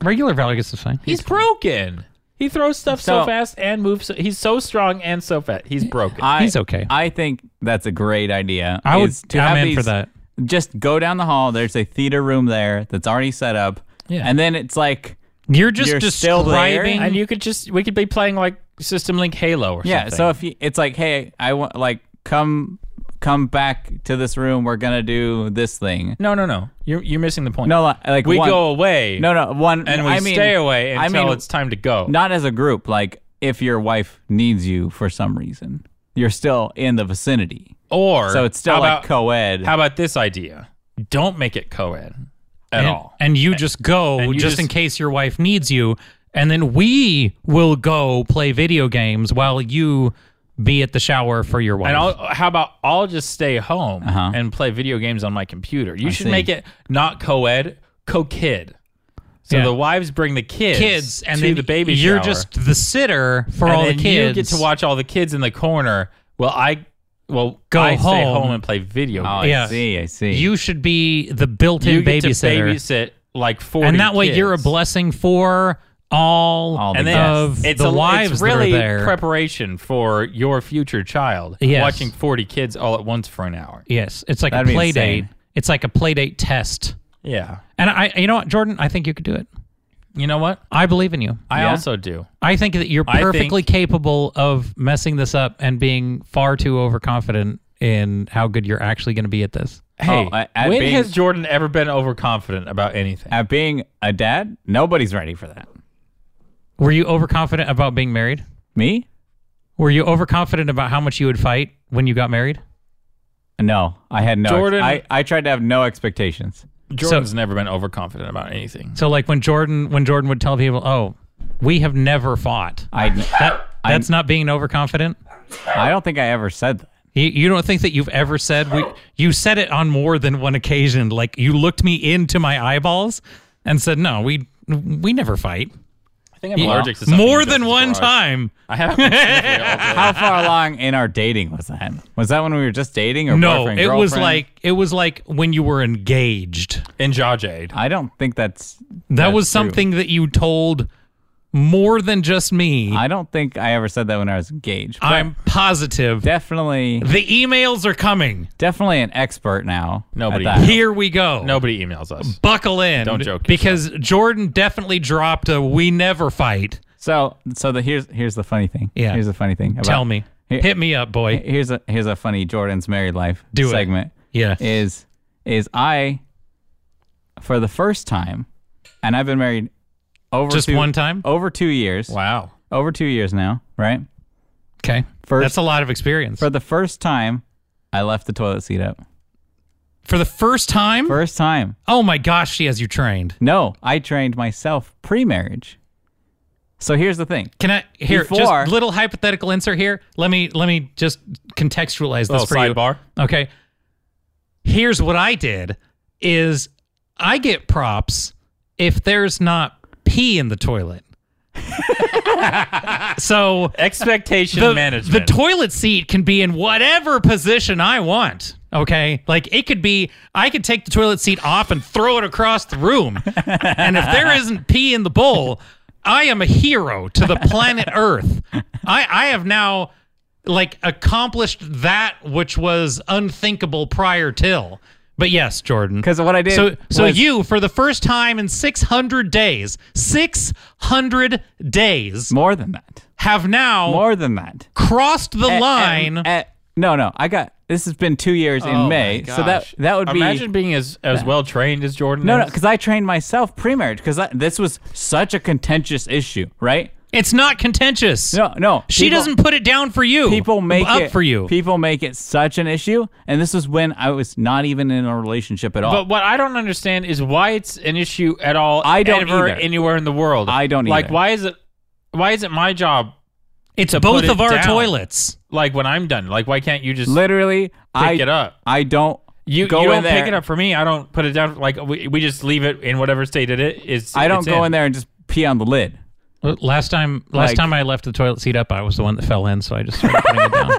[SPEAKER 1] Regular Valgus is fine.
[SPEAKER 2] He's broken. He throws stuff so,
[SPEAKER 3] So-
[SPEAKER 2] fast and moves. So, he's so strong and so fat. He's broken.
[SPEAKER 3] I,
[SPEAKER 1] He's okay.
[SPEAKER 3] I think that's a great idea.
[SPEAKER 1] I would-
[SPEAKER 3] is to
[SPEAKER 1] I'm
[SPEAKER 3] have
[SPEAKER 1] in for
[SPEAKER 3] these-
[SPEAKER 1] that.
[SPEAKER 3] Just go down the hall. There's a theater room there that's already set up.
[SPEAKER 1] Yeah.
[SPEAKER 3] And then it's like
[SPEAKER 1] You're just
[SPEAKER 3] You're still there?
[SPEAKER 1] describing.
[SPEAKER 2] and you could just we could be playing like System Link Halo or
[SPEAKER 3] yeah.
[SPEAKER 2] something.
[SPEAKER 3] So if you, it's like hey, I want like come come back to this room. We're gonna do this thing.
[SPEAKER 2] no, no, no. You're you're missing the point.
[SPEAKER 3] No, li- like
[SPEAKER 2] we
[SPEAKER 3] one-
[SPEAKER 2] go away.
[SPEAKER 3] No, no, one.
[SPEAKER 2] and we
[SPEAKER 3] I mean,
[SPEAKER 2] stay away
[SPEAKER 3] I
[SPEAKER 2] until
[SPEAKER 3] mean,
[SPEAKER 2] it's time to go.
[SPEAKER 3] not as a group. Like if your wife needs you for some reason, you're still in the vicinity.
[SPEAKER 2] or
[SPEAKER 3] So it's still
[SPEAKER 2] how
[SPEAKER 3] like
[SPEAKER 2] about,
[SPEAKER 3] co-ed.
[SPEAKER 2] How about this idea? Don't make it co-ed at
[SPEAKER 1] and,
[SPEAKER 2] all.
[SPEAKER 1] and you just go
[SPEAKER 2] and you
[SPEAKER 1] just, in
[SPEAKER 2] just-
[SPEAKER 1] case your wife needs you. And then we will go play video games while you be at the shower for your wife.
[SPEAKER 2] And I'll, how about I'll just stay home
[SPEAKER 1] Uh-huh.
[SPEAKER 2] and play video games on my computer? You should
[SPEAKER 3] see.
[SPEAKER 2] make it not co-ed, co-kid. So
[SPEAKER 1] Yeah.
[SPEAKER 2] the wives bring the kids,
[SPEAKER 1] kids and
[SPEAKER 2] to
[SPEAKER 1] then
[SPEAKER 2] the baby
[SPEAKER 1] You're
[SPEAKER 2] shower,
[SPEAKER 1] just the sitter for
[SPEAKER 2] and
[SPEAKER 1] all the
[SPEAKER 2] then
[SPEAKER 1] kids.
[SPEAKER 2] You get to watch all the kids in the corner. Well, I well
[SPEAKER 1] Go
[SPEAKER 2] I stay
[SPEAKER 1] home.
[SPEAKER 2] home and play video.
[SPEAKER 3] Oh, I
[SPEAKER 2] games.
[SPEAKER 1] yeah.
[SPEAKER 3] see. I see.
[SPEAKER 1] You should be the built-in
[SPEAKER 2] You get to
[SPEAKER 1] babysitter,
[SPEAKER 2] babysit like four,
[SPEAKER 1] and that way you're a blessing for all,
[SPEAKER 3] All the
[SPEAKER 1] and
[SPEAKER 3] kids.
[SPEAKER 1] then of
[SPEAKER 2] it's
[SPEAKER 1] the
[SPEAKER 2] a,
[SPEAKER 1] wives
[SPEAKER 2] it's really
[SPEAKER 1] that are there.
[SPEAKER 2] preparation for your future child
[SPEAKER 1] Yes.
[SPEAKER 2] watching 40 kids all at once for an hour
[SPEAKER 1] yes, it's like
[SPEAKER 3] That'd
[SPEAKER 1] a
[SPEAKER 3] be
[SPEAKER 1] play
[SPEAKER 3] insane.
[SPEAKER 1] date. It's like a play date test.
[SPEAKER 2] yeah
[SPEAKER 1] And I, you know what, Jordan, I think you could do it.
[SPEAKER 2] you know what
[SPEAKER 1] I believe in you.
[SPEAKER 2] i
[SPEAKER 3] Yeah.
[SPEAKER 2] also do
[SPEAKER 1] I think that you're
[SPEAKER 2] I think-
[SPEAKER 1] perfectly capable of messing this up and being far too overconfident in how good you're actually going to be at this.
[SPEAKER 2] Hey,
[SPEAKER 3] Oh, I- I
[SPEAKER 2] when
[SPEAKER 3] being-
[SPEAKER 2] has Jordan ever been overconfident about anything?
[SPEAKER 3] at Uh, being a dad, nobody's ready for that.
[SPEAKER 1] Were you overconfident about being married?
[SPEAKER 3] Me?
[SPEAKER 1] Were you overconfident about how much you would fight when you got married?
[SPEAKER 3] No, I had no. ex-
[SPEAKER 2] Jordan-
[SPEAKER 3] I, I tried to have no expectations.
[SPEAKER 2] Jordan's never been overconfident about anything.
[SPEAKER 1] So like when Jordan when Jordan would tell people, "Oh, we have never fought."
[SPEAKER 3] I,
[SPEAKER 1] That that's not being overconfident.
[SPEAKER 3] I don't think I ever said that.
[SPEAKER 1] You, you don't think that you've ever said we you said it on more than one occasion. Like you looked me into my eyeballs and said, "No, we we never fight."
[SPEAKER 2] I think I'm allergic to something
[SPEAKER 1] more
[SPEAKER 2] that
[SPEAKER 1] than
[SPEAKER 2] doesn't
[SPEAKER 1] one
[SPEAKER 2] grow.
[SPEAKER 1] time.
[SPEAKER 2] I have been sniffling all day.
[SPEAKER 3] How far along in our dating was that? Was that when we were just dating or
[SPEAKER 1] No,
[SPEAKER 3] boyfriend,
[SPEAKER 1] it was
[SPEAKER 3] girlfriend?
[SPEAKER 1] like it was like when you were engaged.
[SPEAKER 2] in jaw jade.
[SPEAKER 3] I don't think that's.
[SPEAKER 1] That
[SPEAKER 3] that's
[SPEAKER 1] was
[SPEAKER 3] true.
[SPEAKER 1] something that you told more than just me.
[SPEAKER 3] I don't think I ever said that when I was engaged. But
[SPEAKER 1] I'm positive.
[SPEAKER 3] definitely,
[SPEAKER 1] the emails are coming.
[SPEAKER 3] definitely an expert now. at
[SPEAKER 2] Nobody-
[SPEAKER 3] that.
[SPEAKER 1] Here we go.
[SPEAKER 2] Nobody emails us.
[SPEAKER 1] Buckle in.
[SPEAKER 2] Don't joke
[SPEAKER 1] Because Jordan definitely dropped a we never fight.
[SPEAKER 3] So, so the here's here's the funny thing.
[SPEAKER 1] Yeah.
[SPEAKER 3] Here's the funny thing. About,
[SPEAKER 1] Tell me.
[SPEAKER 3] Here-
[SPEAKER 1] Hit me up, boy.
[SPEAKER 3] Here's a here's a funny Jordan's married life
[SPEAKER 1] Do it.
[SPEAKER 3] segment.
[SPEAKER 1] Yeah.
[SPEAKER 3] Is is I for the first time, and I've been married over
[SPEAKER 1] Just
[SPEAKER 3] two-
[SPEAKER 1] one time?
[SPEAKER 3] over two years.
[SPEAKER 2] Wow.
[SPEAKER 3] Over two years now, right?
[SPEAKER 1] Okay.
[SPEAKER 3] First-
[SPEAKER 1] That's a lot of experience.
[SPEAKER 3] For
[SPEAKER 1] For,
[SPEAKER 3] the first time, I left the toilet seat up.
[SPEAKER 1] the first time?
[SPEAKER 3] First time.
[SPEAKER 1] oh my gosh, she has you trained.
[SPEAKER 3] No, I trained myself pre-marriage. So here's the thing.
[SPEAKER 1] Can I here
[SPEAKER 3] Before-
[SPEAKER 1] just little hypothetical insert here? Let me let me just contextualize this
[SPEAKER 2] Little
[SPEAKER 1] for you.
[SPEAKER 2] sidebar.
[SPEAKER 1] Okay. Here's what I did is I get props if there's not pee in the toilet. so
[SPEAKER 2] Expectation
[SPEAKER 1] the, the
[SPEAKER 2] management.
[SPEAKER 1] toilet seat can be in whatever position I want. Okay. Like it could be, I could take the toilet seat off and throw it across the room. and if there isn't pee in the bowl, I am a hero to the planet Earth. I, I have now like accomplished that which was unthinkable prior till. But yes, Jordan.
[SPEAKER 3] Because what I did.
[SPEAKER 1] So, so
[SPEAKER 3] was-
[SPEAKER 1] you, for the first time in 600 days, 600 days,
[SPEAKER 3] more than that.
[SPEAKER 1] have now
[SPEAKER 3] More than that.
[SPEAKER 1] crossed the
[SPEAKER 3] Eh, eh,
[SPEAKER 1] line. Oh
[SPEAKER 3] eh, no, no. I got this. Has been two years in May. So that that would be.
[SPEAKER 2] imagine being as as well trained as Jordan.
[SPEAKER 3] no, no,
[SPEAKER 2] is.
[SPEAKER 3] because I trained myself pre-marriage because this was such a contentious issue, right?
[SPEAKER 1] it's not contentious.
[SPEAKER 3] No, no.
[SPEAKER 1] she
[SPEAKER 3] people-
[SPEAKER 1] doesn't put it down for you.
[SPEAKER 3] People make
[SPEAKER 1] up
[SPEAKER 3] it,
[SPEAKER 1] for you.
[SPEAKER 3] People make it such an issue, and this was when I was not even in a relationship at all.
[SPEAKER 2] But what I don't understand is why it's an issue at all.
[SPEAKER 3] I don't
[SPEAKER 2] ever
[SPEAKER 3] either.
[SPEAKER 2] anywhere in the world.
[SPEAKER 3] I don't
[SPEAKER 2] like.
[SPEAKER 3] either.
[SPEAKER 2] Why is it? Why is it my job?
[SPEAKER 1] it's
[SPEAKER 2] to
[SPEAKER 1] both
[SPEAKER 2] put
[SPEAKER 1] of
[SPEAKER 2] it
[SPEAKER 1] our
[SPEAKER 2] down.
[SPEAKER 1] toiles.
[SPEAKER 2] Like when I'm done. Like why can't you just
[SPEAKER 3] Literally, I
[SPEAKER 2] pick it up?
[SPEAKER 3] I don't.
[SPEAKER 2] You
[SPEAKER 3] go
[SPEAKER 2] you
[SPEAKER 3] in
[SPEAKER 2] don't
[SPEAKER 3] there.
[SPEAKER 2] pick it up for me. I don't put it down. Like we, we just leave it in whatever state it i- is.
[SPEAKER 3] I don't
[SPEAKER 2] it's
[SPEAKER 3] go in. there and just pee on the lid.
[SPEAKER 1] Last time, last
[SPEAKER 3] Like-
[SPEAKER 1] time I left the toilet seat up, I was the one that fell in, so I just started putting it down.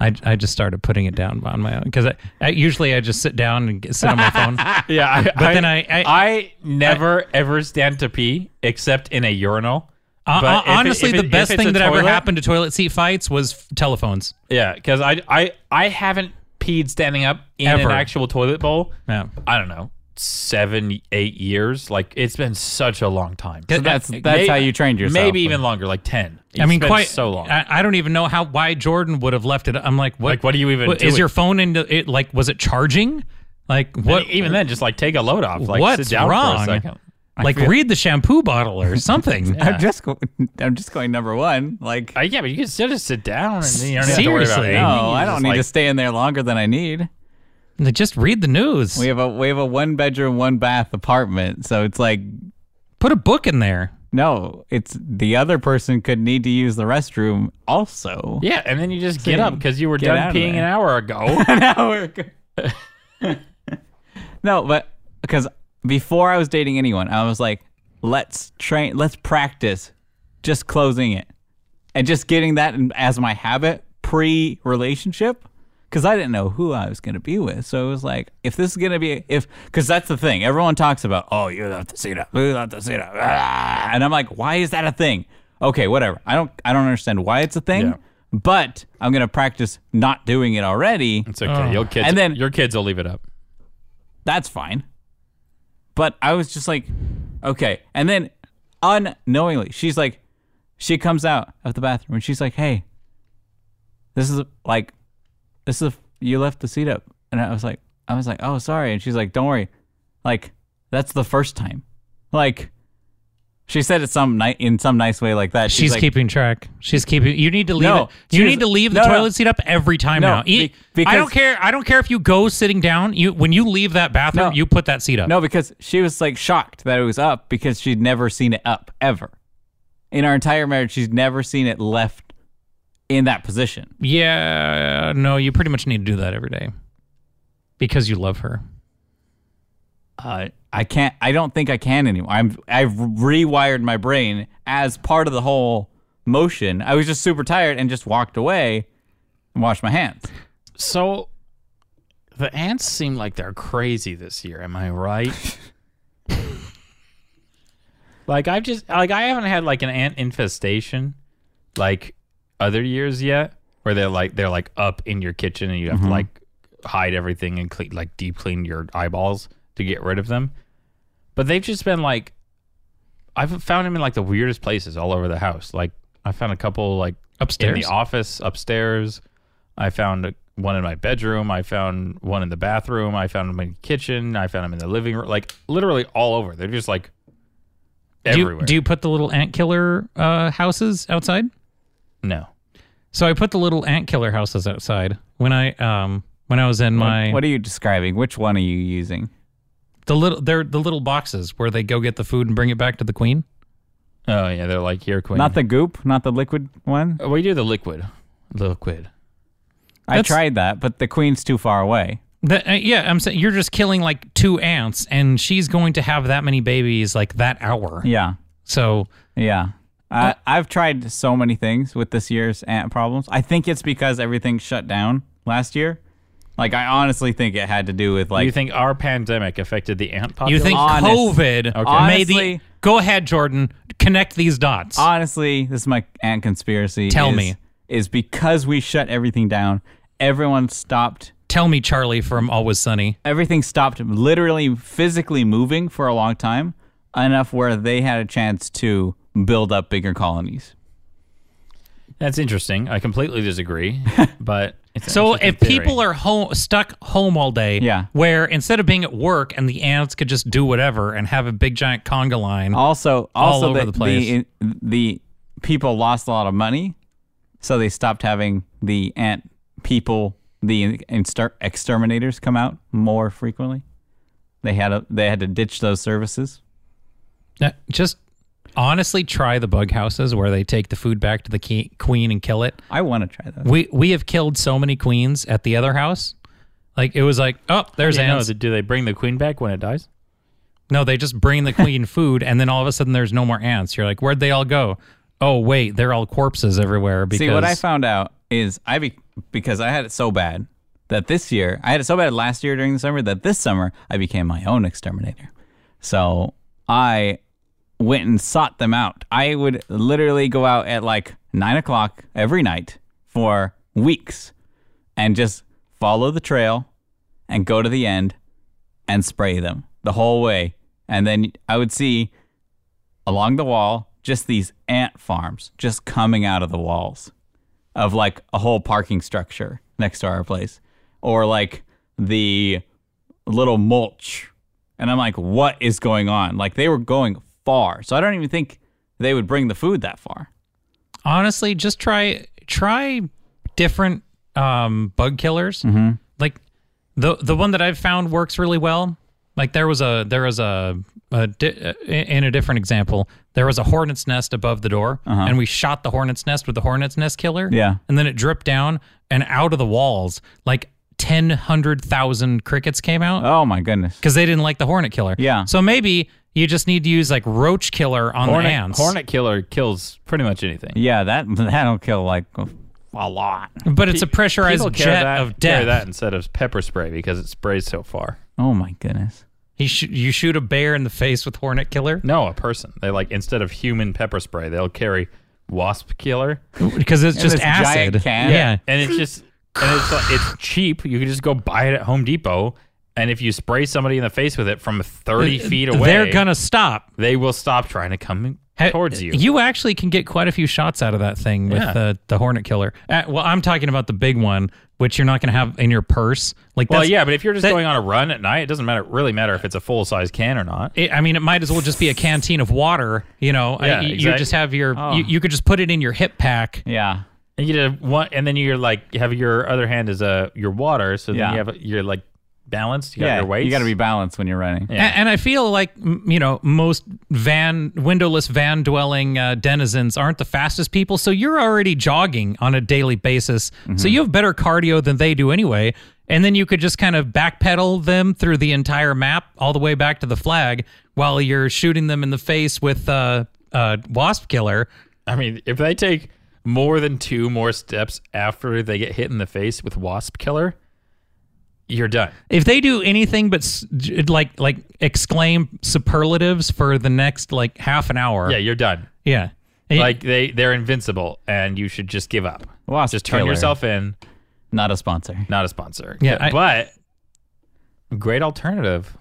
[SPEAKER 1] I, I just started putting it down on my own because I, I usually I just sit down and get, sit on my phone. Uh,
[SPEAKER 2] Yeah, I,
[SPEAKER 1] But then I- I-
[SPEAKER 2] never ever stand to pee except in a urinal.
[SPEAKER 1] Uh,
[SPEAKER 2] But
[SPEAKER 1] uh,
[SPEAKER 2] if it-
[SPEAKER 1] honestly,
[SPEAKER 2] if it-
[SPEAKER 1] the
[SPEAKER 2] if
[SPEAKER 1] best
[SPEAKER 2] it's
[SPEAKER 1] thing
[SPEAKER 2] a
[SPEAKER 1] that ever
[SPEAKER 2] toilet-
[SPEAKER 1] happened to toilet seat fights was f- telephones.
[SPEAKER 2] Yeah, because I I I haven't peed standing up in
[SPEAKER 1] Ever.
[SPEAKER 2] an actual toilet bowl.
[SPEAKER 1] Yeah.
[SPEAKER 2] I don't know seven eight years. Like it's been such a long time.
[SPEAKER 3] So that's that's how you trained yourself.
[SPEAKER 2] Maybe even longer, like ten.
[SPEAKER 1] I mean,
[SPEAKER 2] It's been
[SPEAKER 1] quite
[SPEAKER 2] so long.
[SPEAKER 3] uh,
[SPEAKER 1] I, I don't even know how why Jordan would have left it. I'm like, what?
[SPEAKER 2] Like, what do you even
[SPEAKER 1] What,
[SPEAKER 2] do
[SPEAKER 1] is
[SPEAKER 2] with-
[SPEAKER 1] your phone in? The, it, like, was it charging? Like, what?
[SPEAKER 2] but even
[SPEAKER 3] uh,
[SPEAKER 2] then, just like take a load off. Like
[SPEAKER 1] what's
[SPEAKER 2] sit down for
[SPEAKER 1] wrong?
[SPEAKER 2] a second.
[SPEAKER 1] like, read the shampoo bottle or something.
[SPEAKER 3] I'm just go- I'm just going number one. Like
[SPEAKER 2] Uh, yeah, but you can still just sit down and you don't have to worry about
[SPEAKER 1] Seriously.
[SPEAKER 2] anything.
[SPEAKER 3] no, I
[SPEAKER 2] It's
[SPEAKER 3] don't
[SPEAKER 2] just
[SPEAKER 3] need
[SPEAKER 2] like,
[SPEAKER 3] to stay in there longer than I need.
[SPEAKER 1] Just read the news.
[SPEAKER 3] We have a we have a one bedroom, one bath apartment, so it's like
[SPEAKER 1] Put a book in there.
[SPEAKER 3] no, it's the other person could need to use the restroom also.
[SPEAKER 2] Yeah, and then you just get
[SPEAKER 3] you
[SPEAKER 2] up because you were
[SPEAKER 3] get out
[SPEAKER 2] done
[SPEAKER 3] of
[SPEAKER 2] peeing
[SPEAKER 3] there.
[SPEAKER 2] an hour ago.
[SPEAKER 3] An hour ago. no, but because before I was dating anyone, I was like, let's train, let's practice just closing it and just getting that in- as my habit pre relationship. Because I didn't know who I was going to be with. So it was like, if this is going to be, if, because that's the thing. Everyone talks about, oh, you left the seat up. You left the seat up. Ah. And I'm like, why is that a thing? Okay, whatever. I don't, I don't understand why it's a thing,
[SPEAKER 2] Yeah.
[SPEAKER 3] but I'm going to practice not doing it already.
[SPEAKER 2] It's okay. your kids
[SPEAKER 3] Oh. And then-
[SPEAKER 2] your kids will leave it up.
[SPEAKER 3] that's fine. But I was just like, okay. And then unknowingly, she's like, she comes out of the bathroom and she's like, hey, this is like, this is, you left the seat up. And I was like, I was like, oh, sorry. And she's like, don't worry. Like, that's the first time. Like, She said it some night in some nice way like that.
[SPEAKER 1] She's,
[SPEAKER 3] like,
[SPEAKER 1] keeping track. She's keeping. You need to leave.
[SPEAKER 3] No,
[SPEAKER 1] it, you
[SPEAKER 3] she's-
[SPEAKER 1] need to leave the
[SPEAKER 3] no, no.
[SPEAKER 1] toilet seat up every time
[SPEAKER 3] No,
[SPEAKER 1] now. E-
[SPEAKER 3] be- because-
[SPEAKER 1] I don't care. I don't care if you go sitting down. You when you leave that bathroom,
[SPEAKER 3] No.
[SPEAKER 1] you put that seat up.
[SPEAKER 3] No, because she was like shocked that it was up because she'd never seen it up ever. In our entire marriage, she's never seen it left in that position.
[SPEAKER 1] Yeah, no. You pretty much need to do that every day because you love her.
[SPEAKER 3] Uh, I can't. I don't think I can anymore. I'm. I've rewired my brain as part of the whole motion. I was just super tired and just walked away and washed my hands.
[SPEAKER 2] So the ants seem like they're crazy this year, am I right? like I've just like I haven't had like an ant infestation like other years yet where they're like they're like up in your kitchen and you have to like hide everything and clean like deep clean your eyeballs to get rid of them. But they've just been like I've found them in like the weirdest places all over the house. Like I found a couple like
[SPEAKER 1] Upstairs?
[SPEAKER 2] in the office upstairs. I found one in my bedroom. I found one in the bathroom. I found them in the kitchen. I found them in the living room. Like literally all over. They're just like
[SPEAKER 1] Do
[SPEAKER 2] everywhere.
[SPEAKER 1] you, do you put the little ant killer uh, houses outside?
[SPEAKER 2] no.
[SPEAKER 1] So I put the little ant killer houses outside when I um when I was in my
[SPEAKER 3] What are you describing? Which one are you using?
[SPEAKER 1] the little they're the little boxes where they go get the food and bring it back to the queen.
[SPEAKER 2] Oh yeah, they're like here, Queen.
[SPEAKER 3] Not the goop, not the liquid one.
[SPEAKER 2] we do the liquid. Liquid.
[SPEAKER 3] I
[SPEAKER 1] That's-
[SPEAKER 3] tried that, but the queen's too far away.
[SPEAKER 1] That, uh, yeah, I'm saying you're just killing like two ants, and she's going to have that many babies like that hour.
[SPEAKER 3] Yeah.
[SPEAKER 1] So
[SPEAKER 3] Yeah.
[SPEAKER 1] Oh.
[SPEAKER 3] I, I've tried so many things with this year's ant problems. I think it's because everything shut down last year. Like, I honestly think it had to do with,
[SPEAKER 2] Do
[SPEAKER 3] like,
[SPEAKER 2] you think our pandemic affected the ant population?
[SPEAKER 1] you think
[SPEAKER 3] Honest-
[SPEAKER 1] COVID made the?
[SPEAKER 3] Honestly-
[SPEAKER 1] Go ahead, Jordan. Connect these dots.
[SPEAKER 3] honestly, this is my ant conspiracy.
[SPEAKER 1] Tell
[SPEAKER 3] is-
[SPEAKER 1] me.
[SPEAKER 3] Is because we shut everything down, everyone stopped.
[SPEAKER 1] Tell me, Charlie from Always Sunny.
[SPEAKER 3] Everything stopped literally physically moving for a long time, enough where they had a chance to build up bigger colonies.
[SPEAKER 2] That's interesting. I completely disagree, but it's an
[SPEAKER 1] So
[SPEAKER 2] interesting
[SPEAKER 1] if
[SPEAKER 2] theory.
[SPEAKER 1] people are home, stuck home all day,
[SPEAKER 3] Yeah.
[SPEAKER 1] where instead of being at work and the ants could just do whatever and have a big giant conga line,
[SPEAKER 3] Also,
[SPEAKER 1] All
[SPEAKER 3] also
[SPEAKER 1] over
[SPEAKER 3] the,
[SPEAKER 1] the place.
[SPEAKER 3] The, the people lost a lot of money, so they stopped having the ant people, the inster- exterminators, come out more frequently. They had a, they had to ditch those services.
[SPEAKER 1] Uh, just honestly try the bug houses where they take the food back to the ke- queen and kill it.
[SPEAKER 3] I want to try that.
[SPEAKER 1] We we have killed so many queens at the other house. Like it was like, oh, there's
[SPEAKER 2] Yeah, no,
[SPEAKER 1] ants.
[SPEAKER 2] do- do they bring the queen back when it dies?
[SPEAKER 1] No, they just bring the queen food, and then all of a sudden there's no more ants. You're like, where'd they all go? Oh wait, they're all corpses everywhere. Because
[SPEAKER 3] See, what I found out is I be, because I had it so bad that this year I had it so bad last year during the summer that this summer I became my own exterminator. So I went and sought them out. I would literally go out at like nine o'clock every night for weeks and just follow the trail and go to the end and spray them the whole way. And then I would see along the wall just these ant farms just coming out of the walls of like a whole parking structure next to our place or like the little mulch. And I'm like, what is going on? Like they were going far. So I don't even think they would bring the food that far.
[SPEAKER 1] honestly just try try different um, bug killers.
[SPEAKER 2] Mm-hmm.
[SPEAKER 1] Like the the one that I've found works really well. Like there was a there was a, a di- in a different example there was a hornet's nest above the door,
[SPEAKER 2] Uh-huh.
[SPEAKER 1] and we shot the hornet's nest with the hornet's nest killer.
[SPEAKER 3] Yeah.
[SPEAKER 1] and then it dripped down and out of the walls like ten hundred thousand crickets came out
[SPEAKER 3] Oh my goodness.
[SPEAKER 1] because they didn't like the hornet killer.
[SPEAKER 3] Yeah.
[SPEAKER 1] so maybe you just need to use like roach killer on
[SPEAKER 2] Hornet,
[SPEAKER 1] the ants.
[SPEAKER 2] hornet killer kills pretty much anything.
[SPEAKER 3] Yeah, that that'll kill like a lot.
[SPEAKER 1] but it's a pressurized
[SPEAKER 2] People carry
[SPEAKER 1] jet
[SPEAKER 2] that,
[SPEAKER 1] of
[SPEAKER 2] carry
[SPEAKER 1] death.
[SPEAKER 2] that instead of pepper spray because it sprays so far.
[SPEAKER 3] Oh my goodness.
[SPEAKER 1] He sh- you shoot a bear in the face with Hornet Killer
[SPEAKER 2] No, a person. They like instead of human pepper spray, they'll carry wasp killer,
[SPEAKER 1] because it's just
[SPEAKER 3] this
[SPEAKER 1] acid.
[SPEAKER 3] giant can?
[SPEAKER 1] Yeah.
[SPEAKER 2] and it's just and it's like, it's cheap. You can just go buy it at Home Depot, and if you
[SPEAKER 3] Uh,
[SPEAKER 2] spray somebody in the face with it from thirty feet away,
[SPEAKER 1] They're gonna stop.
[SPEAKER 2] they will stop trying to come
[SPEAKER 1] Ha-
[SPEAKER 2] towards you.
[SPEAKER 1] You actually can get quite a few shots out of that thing with
[SPEAKER 2] Yeah.
[SPEAKER 1] the, the hornet killer. Uh, well, I'm talking about the big one, which you're not going to have in your purse. Like,
[SPEAKER 2] Well,
[SPEAKER 1] that's-
[SPEAKER 2] yeah, but if you're just
[SPEAKER 1] that-
[SPEAKER 2] going on a run at night, it doesn't matter. Really matter if it's a full size can or not.
[SPEAKER 1] It, I mean, it might as well just be a canteen of water. You know, I-
[SPEAKER 2] Yeah,
[SPEAKER 1] you- you
[SPEAKER 2] exact- Oh.
[SPEAKER 1] just have your. You, you could just put it in your hip pack.
[SPEAKER 3] Yeah.
[SPEAKER 2] And you did one, and then you're like you have your other hand is uh, your water, so then
[SPEAKER 3] Yeah.
[SPEAKER 2] you have you're like balanced. You got
[SPEAKER 3] yeah.
[SPEAKER 2] your weights.
[SPEAKER 3] You got to be balanced when you're running.
[SPEAKER 1] A- And I feel like m- you know most van windowless van dwelling uh, denizens aren't the fastest people, so you're already jogging on a daily basis, so you have better cardio than they do anyway. And then you could just kind of backpedal them through the entire map, all the way back to the flag, while you're shooting them in the face with uh, uh, wasp killer.
[SPEAKER 2] I mean, if they take more than two more steps after they get hit in the face with wasp killer, you're done.
[SPEAKER 1] If they do anything but s- j- like like exclaim superlatives for the next like half an hour,
[SPEAKER 2] Yeah, you're done.
[SPEAKER 1] yeah. And-
[SPEAKER 2] Like they they're invincible, and you should just give up.
[SPEAKER 3] Wasp
[SPEAKER 2] Just turn
[SPEAKER 3] killer.
[SPEAKER 2] yourself in.
[SPEAKER 3] Not a sponsor.
[SPEAKER 2] Not a sponsor.
[SPEAKER 1] Yeah, I-
[SPEAKER 2] but great alternative.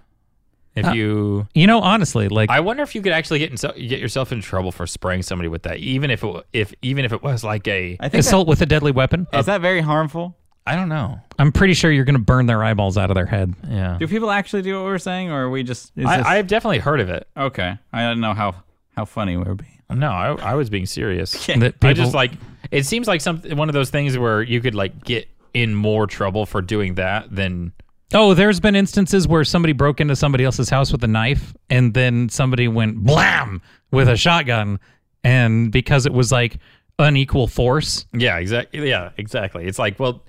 [SPEAKER 2] If you
[SPEAKER 1] you know, honestly, like
[SPEAKER 2] I wonder if you could actually get in, get yourself in trouble for spraying somebody with that, even if it, if even if it was like a
[SPEAKER 3] I think
[SPEAKER 1] assault with a deadly weapon.
[SPEAKER 3] that, is that very harmful?
[SPEAKER 2] I don't know.
[SPEAKER 1] I'm pretty sure you're going to burn their eyeballs out of their head.
[SPEAKER 2] Yeah,
[SPEAKER 3] Do people actually do what we're saying, or are we just? Is this,
[SPEAKER 2] I, I've definitely heard of it.
[SPEAKER 3] okay. I don't know how how funny we're being.
[SPEAKER 2] No, I, I was being serious.
[SPEAKER 1] That
[SPEAKER 2] I
[SPEAKER 1] people-
[SPEAKER 2] just like it seems like some one of those things where you could like get in more trouble for doing that than
[SPEAKER 1] oh, there's been instances where somebody broke into somebody else's house with a knife, and then somebody went blam with a shotgun, and because it was like unequal force.
[SPEAKER 2] yeah exactly yeah exactly. It's like well,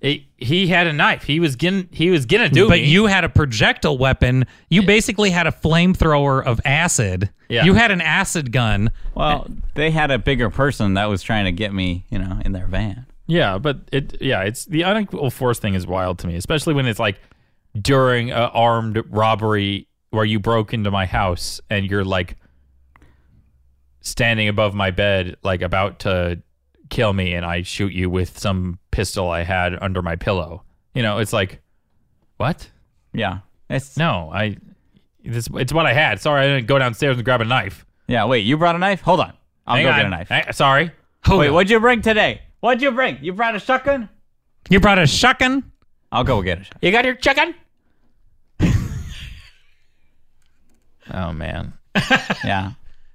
[SPEAKER 2] it, he had a knife. He was getting he was gonna do
[SPEAKER 1] But
[SPEAKER 2] me.
[SPEAKER 1] you had a projectile weapon. You basically had a flamethrower of acid.
[SPEAKER 2] Yeah.
[SPEAKER 1] You had an acid gun.
[SPEAKER 3] Well,
[SPEAKER 2] Eh.
[SPEAKER 3] they had a bigger person that was trying to get me, you know, in their van.
[SPEAKER 2] Yeah, but it yeah, it's the unequal force thing is wild to me, especially when it's like during a armed robbery where you broke into my house and you're like standing above my bed like about to kill me and I shoot you with some pistol I had under my pillow. You know, it's like what?
[SPEAKER 3] Yeah. It's
[SPEAKER 2] No, I this it's what I had. Sorry, I didn't go downstairs and grab a knife.
[SPEAKER 3] yeah. Wait, you brought a knife? Hold on. I'll
[SPEAKER 2] Hang
[SPEAKER 3] go
[SPEAKER 2] on.
[SPEAKER 3] get a knife.
[SPEAKER 2] Hey, sorry.
[SPEAKER 3] Wait, what'd you bring today? What'd you bring? You brought a shotgun?
[SPEAKER 1] You brought a shotgun.
[SPEAKER 3] I'll go get a shotgun.
[SPEAKER 2] You got your chicken? oh man.
[SPEAKER 3] Yeah.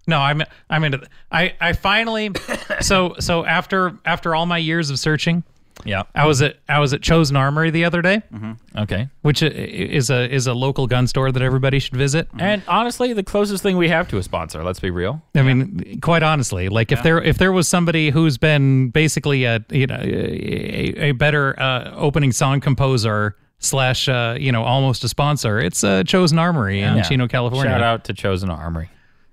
[SPEAKER 1] No, I'm I'm into. th- I I finally. so so after after all my years of searching,
[SPEAKER 2] Yeah.
[SPEAKER 1] I was at I was at Chosen Armory the other day,
[SPEAKER 2] Mm-hmm. Okay.
[SPEAKER 1] which i- is a is a local gun store that everybody should visit.
[SPEAKER 2] And honestly, the closest thing we have to a sponsor. Let's be real.
[SPEAKER 1] I mean, quite honestly, like if there if there was somebody who's been basically a you know a, a better uh, opening song composer slash uh, you know almost a sponsor, it's uh, Chosen Armory in Chino, California.
[SPEAKER 2] Shout out to Chosen Armory.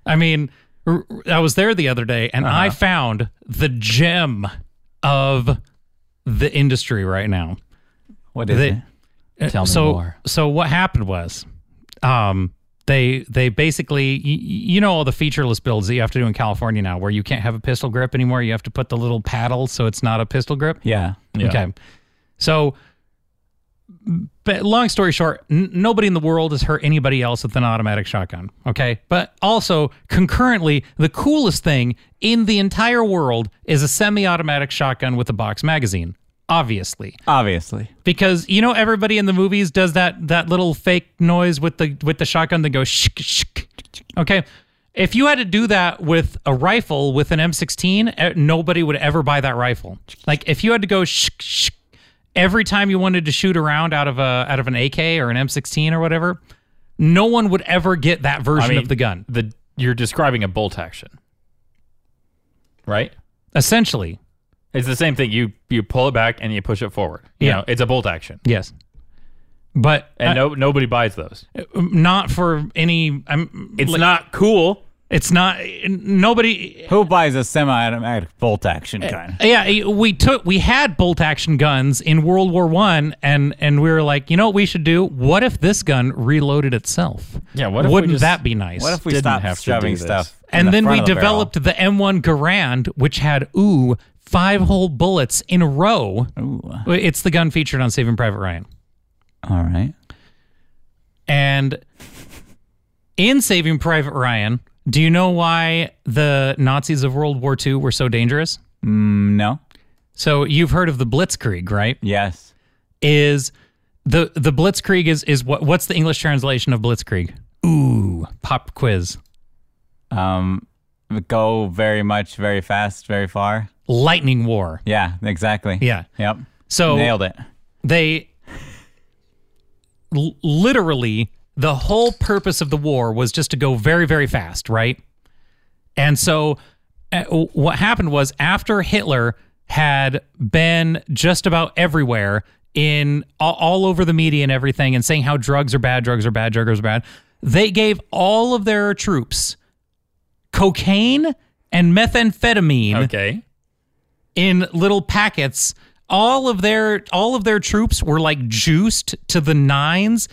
[SPEAKER 1] I mean, r- r- I was there the other day and I
[SPEAKER 2] Uh-huh.
[SPEAKER 1] found the gem of the industry right now.
[SPEAKER 3] What is
[SPEAKER 1] They-
[SPEAKER 3] it?
[SPEAKER 2] Tell me
[SPEAKER 1] so
[SPEAKER 2] more.
[SPEAKER 1] so what happened was um they they basically you, you know all the featureless builds that you have to do in California now where you can't have a pistol grip anymore you have to put the little paddle so it's not a pistol grip
[SPEAKER 3] Yeah.
[SPEAKER 2] Yeah.
[SPEAKER 1] okay so but long story short n- nobody in the world has hurt anybody else with an automatic shotgun okay but also concurrently the coolest thing in the entire world is a semi-automatic shotgun with a box magazine obviously
[SPEAKER 3] Obviously.
[SPEAKER 1] because you know everybody in the movies does that that little fake noise with the with the shotgun that goes shk shk. Okay, if you had to do that with a rifle with an M16, eh, nobody would ever buy that rifle. Like if you had to go shk shk every time you wanted to shoot around out of a out of an AK or an M16 or whatever, no one would ever get that version of the gun.
[SPEAKER 2] The you're describing a bolt action, right?
[SPEAKER 1] Essentially,
[SPEAKER 2] It's the same thing. You you pull it back and you push it forward. You
[SPEAKER 1] Yeah.
[SPEAKER 2] know, it's a bolt action,
[SPEAKER 1] yes. But
[SPEAKER 2] and
[SPEAKER 1] uh,
[SPEAKER 2] no nobody buys those.
[SPEAKER 1] not for any. I'm,
[SPEAKER 2] It's
[SPEAKER 1] like,
[SPEAKER 2] not cool.
[SPEAKER 1] It's not. Nobody.
[SPEAKER 3] Who buys a semi-automatic bolt action
[SPEAKER 2] Eh,
[SPEAKER 3] gun?
[SPEAKER 1] Yeah, we took we had bolt action guns in World War One, and and we were like, you know what we should do? What if this gun reloaded itself?
[SPEAKER 2] Yeah, what if we
[SPEAKER 1] wouldn't
[SPEAKER 2] just-
[SPEAKER 1] that be nice?
[SPEAKER 3] What if we
[SPEAKER 2] Didn't
[SPEAKER 3] stop
[SPEAKER 2] have to
[SPEAKER 3] shoving
[SPEAKER 2] do this.
[SPEAKER 3] stuff? in
[SPEAKER 1] and
[SPEAKER 3] the
[SPEAKER 1] then
[SPEAKER 3] front
[SPEAKER 1] we
[SPEAKER 3] of the barrel?
[SPEAKER 1] developed the M1 Garand, which had ooh five whole bullets in a row.
[SPEAKER 3] Ooh.
[SPEAKER 1] It's the gun featured on Saving Private Ryan,
[SPEAKER 3] All right.
[SPEAKER 1] and in Saving Private Ryan, Do you know why the Nazis of World War II were so dangerous?
[SPEAKER 3] No.
[SPEAKER 1] So you've heard of the Blitzkrieg, right?
[SPEAKER 3] Yes.
[SPEAKER 1] Is the the Blitzkrieg is is what what's the English translation of Blitzkrieg? Ooh, pop quiz.
[SPEAKER 3] Um, go very much, very fast, very far.
[SPEAKER 1] Lightning war.
[SPEAKER 3] Yeah. Exactly.
[SPEAKER 1] Yeah.
[SPEAKER 3] Yep.
[SPEAKER 1] So
[SPEAKER 3] Nailed it.
[SPEAKER 1] they l- literally the whole purpose of the war was just to go very very fast right and so uh, what happened was after hitler had been just about everywhere in all, all over the media and everything and saying how drugs are bad drugs are bad drugs are bad they gave all of their troops cocaine and methamphetamine
[SPEAKER 2] Okay.
[SPEAKER 1] in little packets. All of their all of their troops were like juiced to the nines,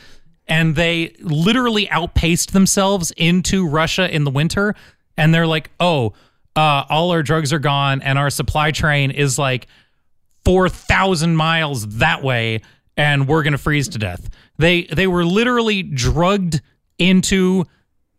[SPEAKER 1] and they literally outpaced themselves into Russia in the winter. And they're like, "Oh, uh, all our drugs are gone, and our supply train is like four thousand miles that way, and we're gonna freeze to death." They they were literally drugged into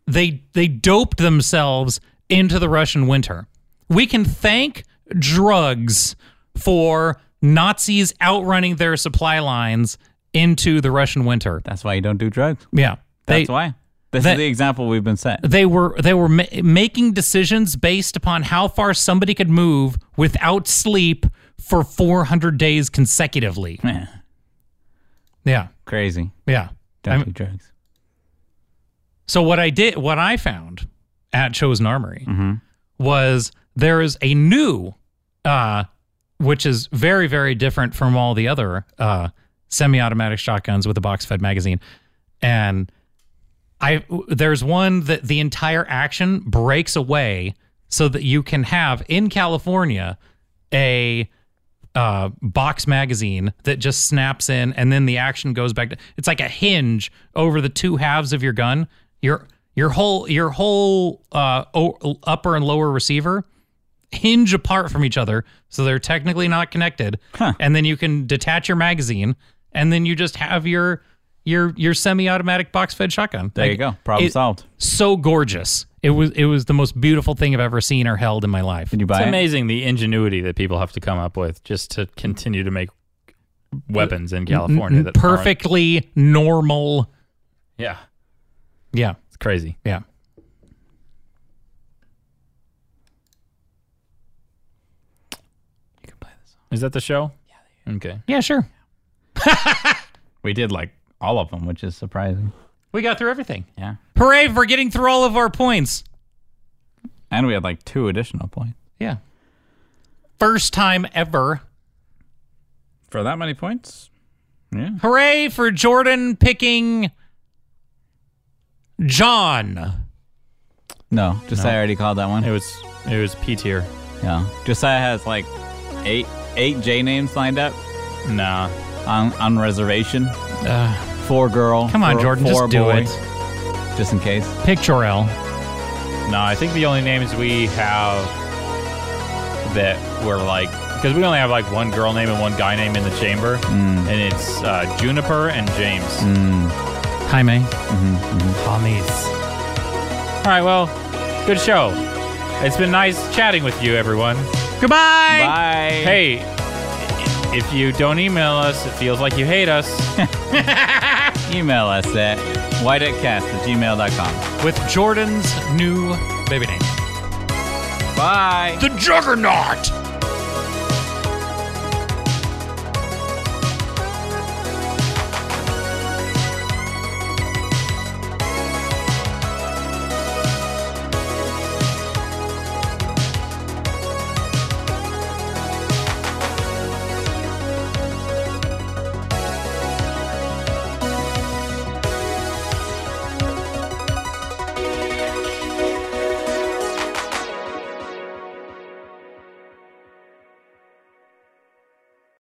[SPEAKER 1] they they doped themselves into the Russian winter. We can thank drugs for Nazis outrunning their supply lines into the Russian winter.
[SPEAKER 3] That's why you don't do drugs.
[SPEAKER 1] Yeah. They
[SPEAKER 3] That's why. This
[SPEAKER 1] that-
[SPEAKER 3] is the example we've been set.
[SPEAKER 1] they were they were ma- making decisions based upon how far somebody could move without sleep for 400 days consecutively.
[SPEAKER 3] Man,
[SPEAKER 1] Yeah.
[SPEAKER 3] crazy.
[SPEAKER 1] Yeah.
[SPEAKER 3] Don't
[SPEAKER 1] I'm-
[SPEAKER 3] do drugs.
[SPEAKER 1] So what I did, what I found at Chosen Armory was there is a new, uh, which is very very different from all the other uh, semi-automatic shotguns with a box-fed magazine, and I there's one that the entire action breaks away so that you can have in California a uh, box magazine that just snaps in and then the action goes back to it's like a hinge over the two halves of your gun your your whole your whole uh, o- upper and lower receiver hinge apart from each other so they're technically not connected
[SPEAKER 3] Huh.
[SPEAKER 1] and then you can detach your magazine and then you just have your your your semi-automatic box-fed shotgun
[SPEAKER 3] There you go. Problem
[SPEAKER 1] it-
[SPEAKER 3] solved.
[SPEAKER 1] so gorgeous it was it was the most beautiful thing i've ever seen or held in my life
[SPEAKER 3] Did you
[SPEAKER 2] It's
[SPEAKER 3] buy it?
[SPEAKER 2] amazing the ingenuity that people have to come up with just to continue to make weapons in California. That aren't-
[SPEAKER 1] perfectly normal
[SPEAKER 2] Yeah.
[SPEAKER 1] yeah
[SPEAKER 2] It's crazy.
[SPEAKER 1] Yeah.
[SPEAKER 2] Is that the show? Yeah. Okay.
[SPEAKER 1] Yeah, sure.
[SPEAKER 3] We did like all of them, which is surprising.
[SPEAKER 1] We got through everything.
[SPEAKER 3] Yeah.
[SPEAKER 1] Hooray for getting through all of our points.
[SPEAKER 3] And we had like two additional points.
[SPEAKER 1] Yeah. First time ever.
[SPEAKER 3] For that many points? Yeah.
[SPEAKER 1] Hooray for Jordan picking John.
[SPEAKER 3] No, Josiah already called that
[SPEAKER 2] It
[SPEAKER 3] one.
[SPEAKER 2] was it was P tier.
[SPEAKER 3] Yeah. Josiah has like eight eight J names lined up
[SPEAKER 2] Nah.
[SPEAKER 3] on, on reservation. four girl.
[SPEAKER 1] Uh, Come on,
[SPEAKER 3] four-
[SPEAKER 1] Jordan,
[SPEAKER 3] four
[SPEAKER 1] just do
[SPEAKER 3] boy,
[SPEAKER 1] it.
[SPEAKER 3] Just in case.
[SPEAKER 1] Pick Jorel.
[SPEAKER 2] No, I think the only names we have that were like because we only have like one girl name and one guy name in the chamber, and it's uh, Juniper and James.
[SPEAKER 1] Jaime.
[SPEAKER 2] Homies. All right, well, good show. It's been nice chatting with you, everyone.
[SPEAKER 1] Goodbye.
[SPEAKER 3] Bye.
[SPEAKER 2] Hey, if you don't email us, it feels like you hate us.
[SPEAKER 3] Email us at whiteatcast at gmail.com.
[SPEAKER 1] With Jordan's new baby name,
[SPEAKER 3] Bye.
[SPEAKER 1] The Juggernaut.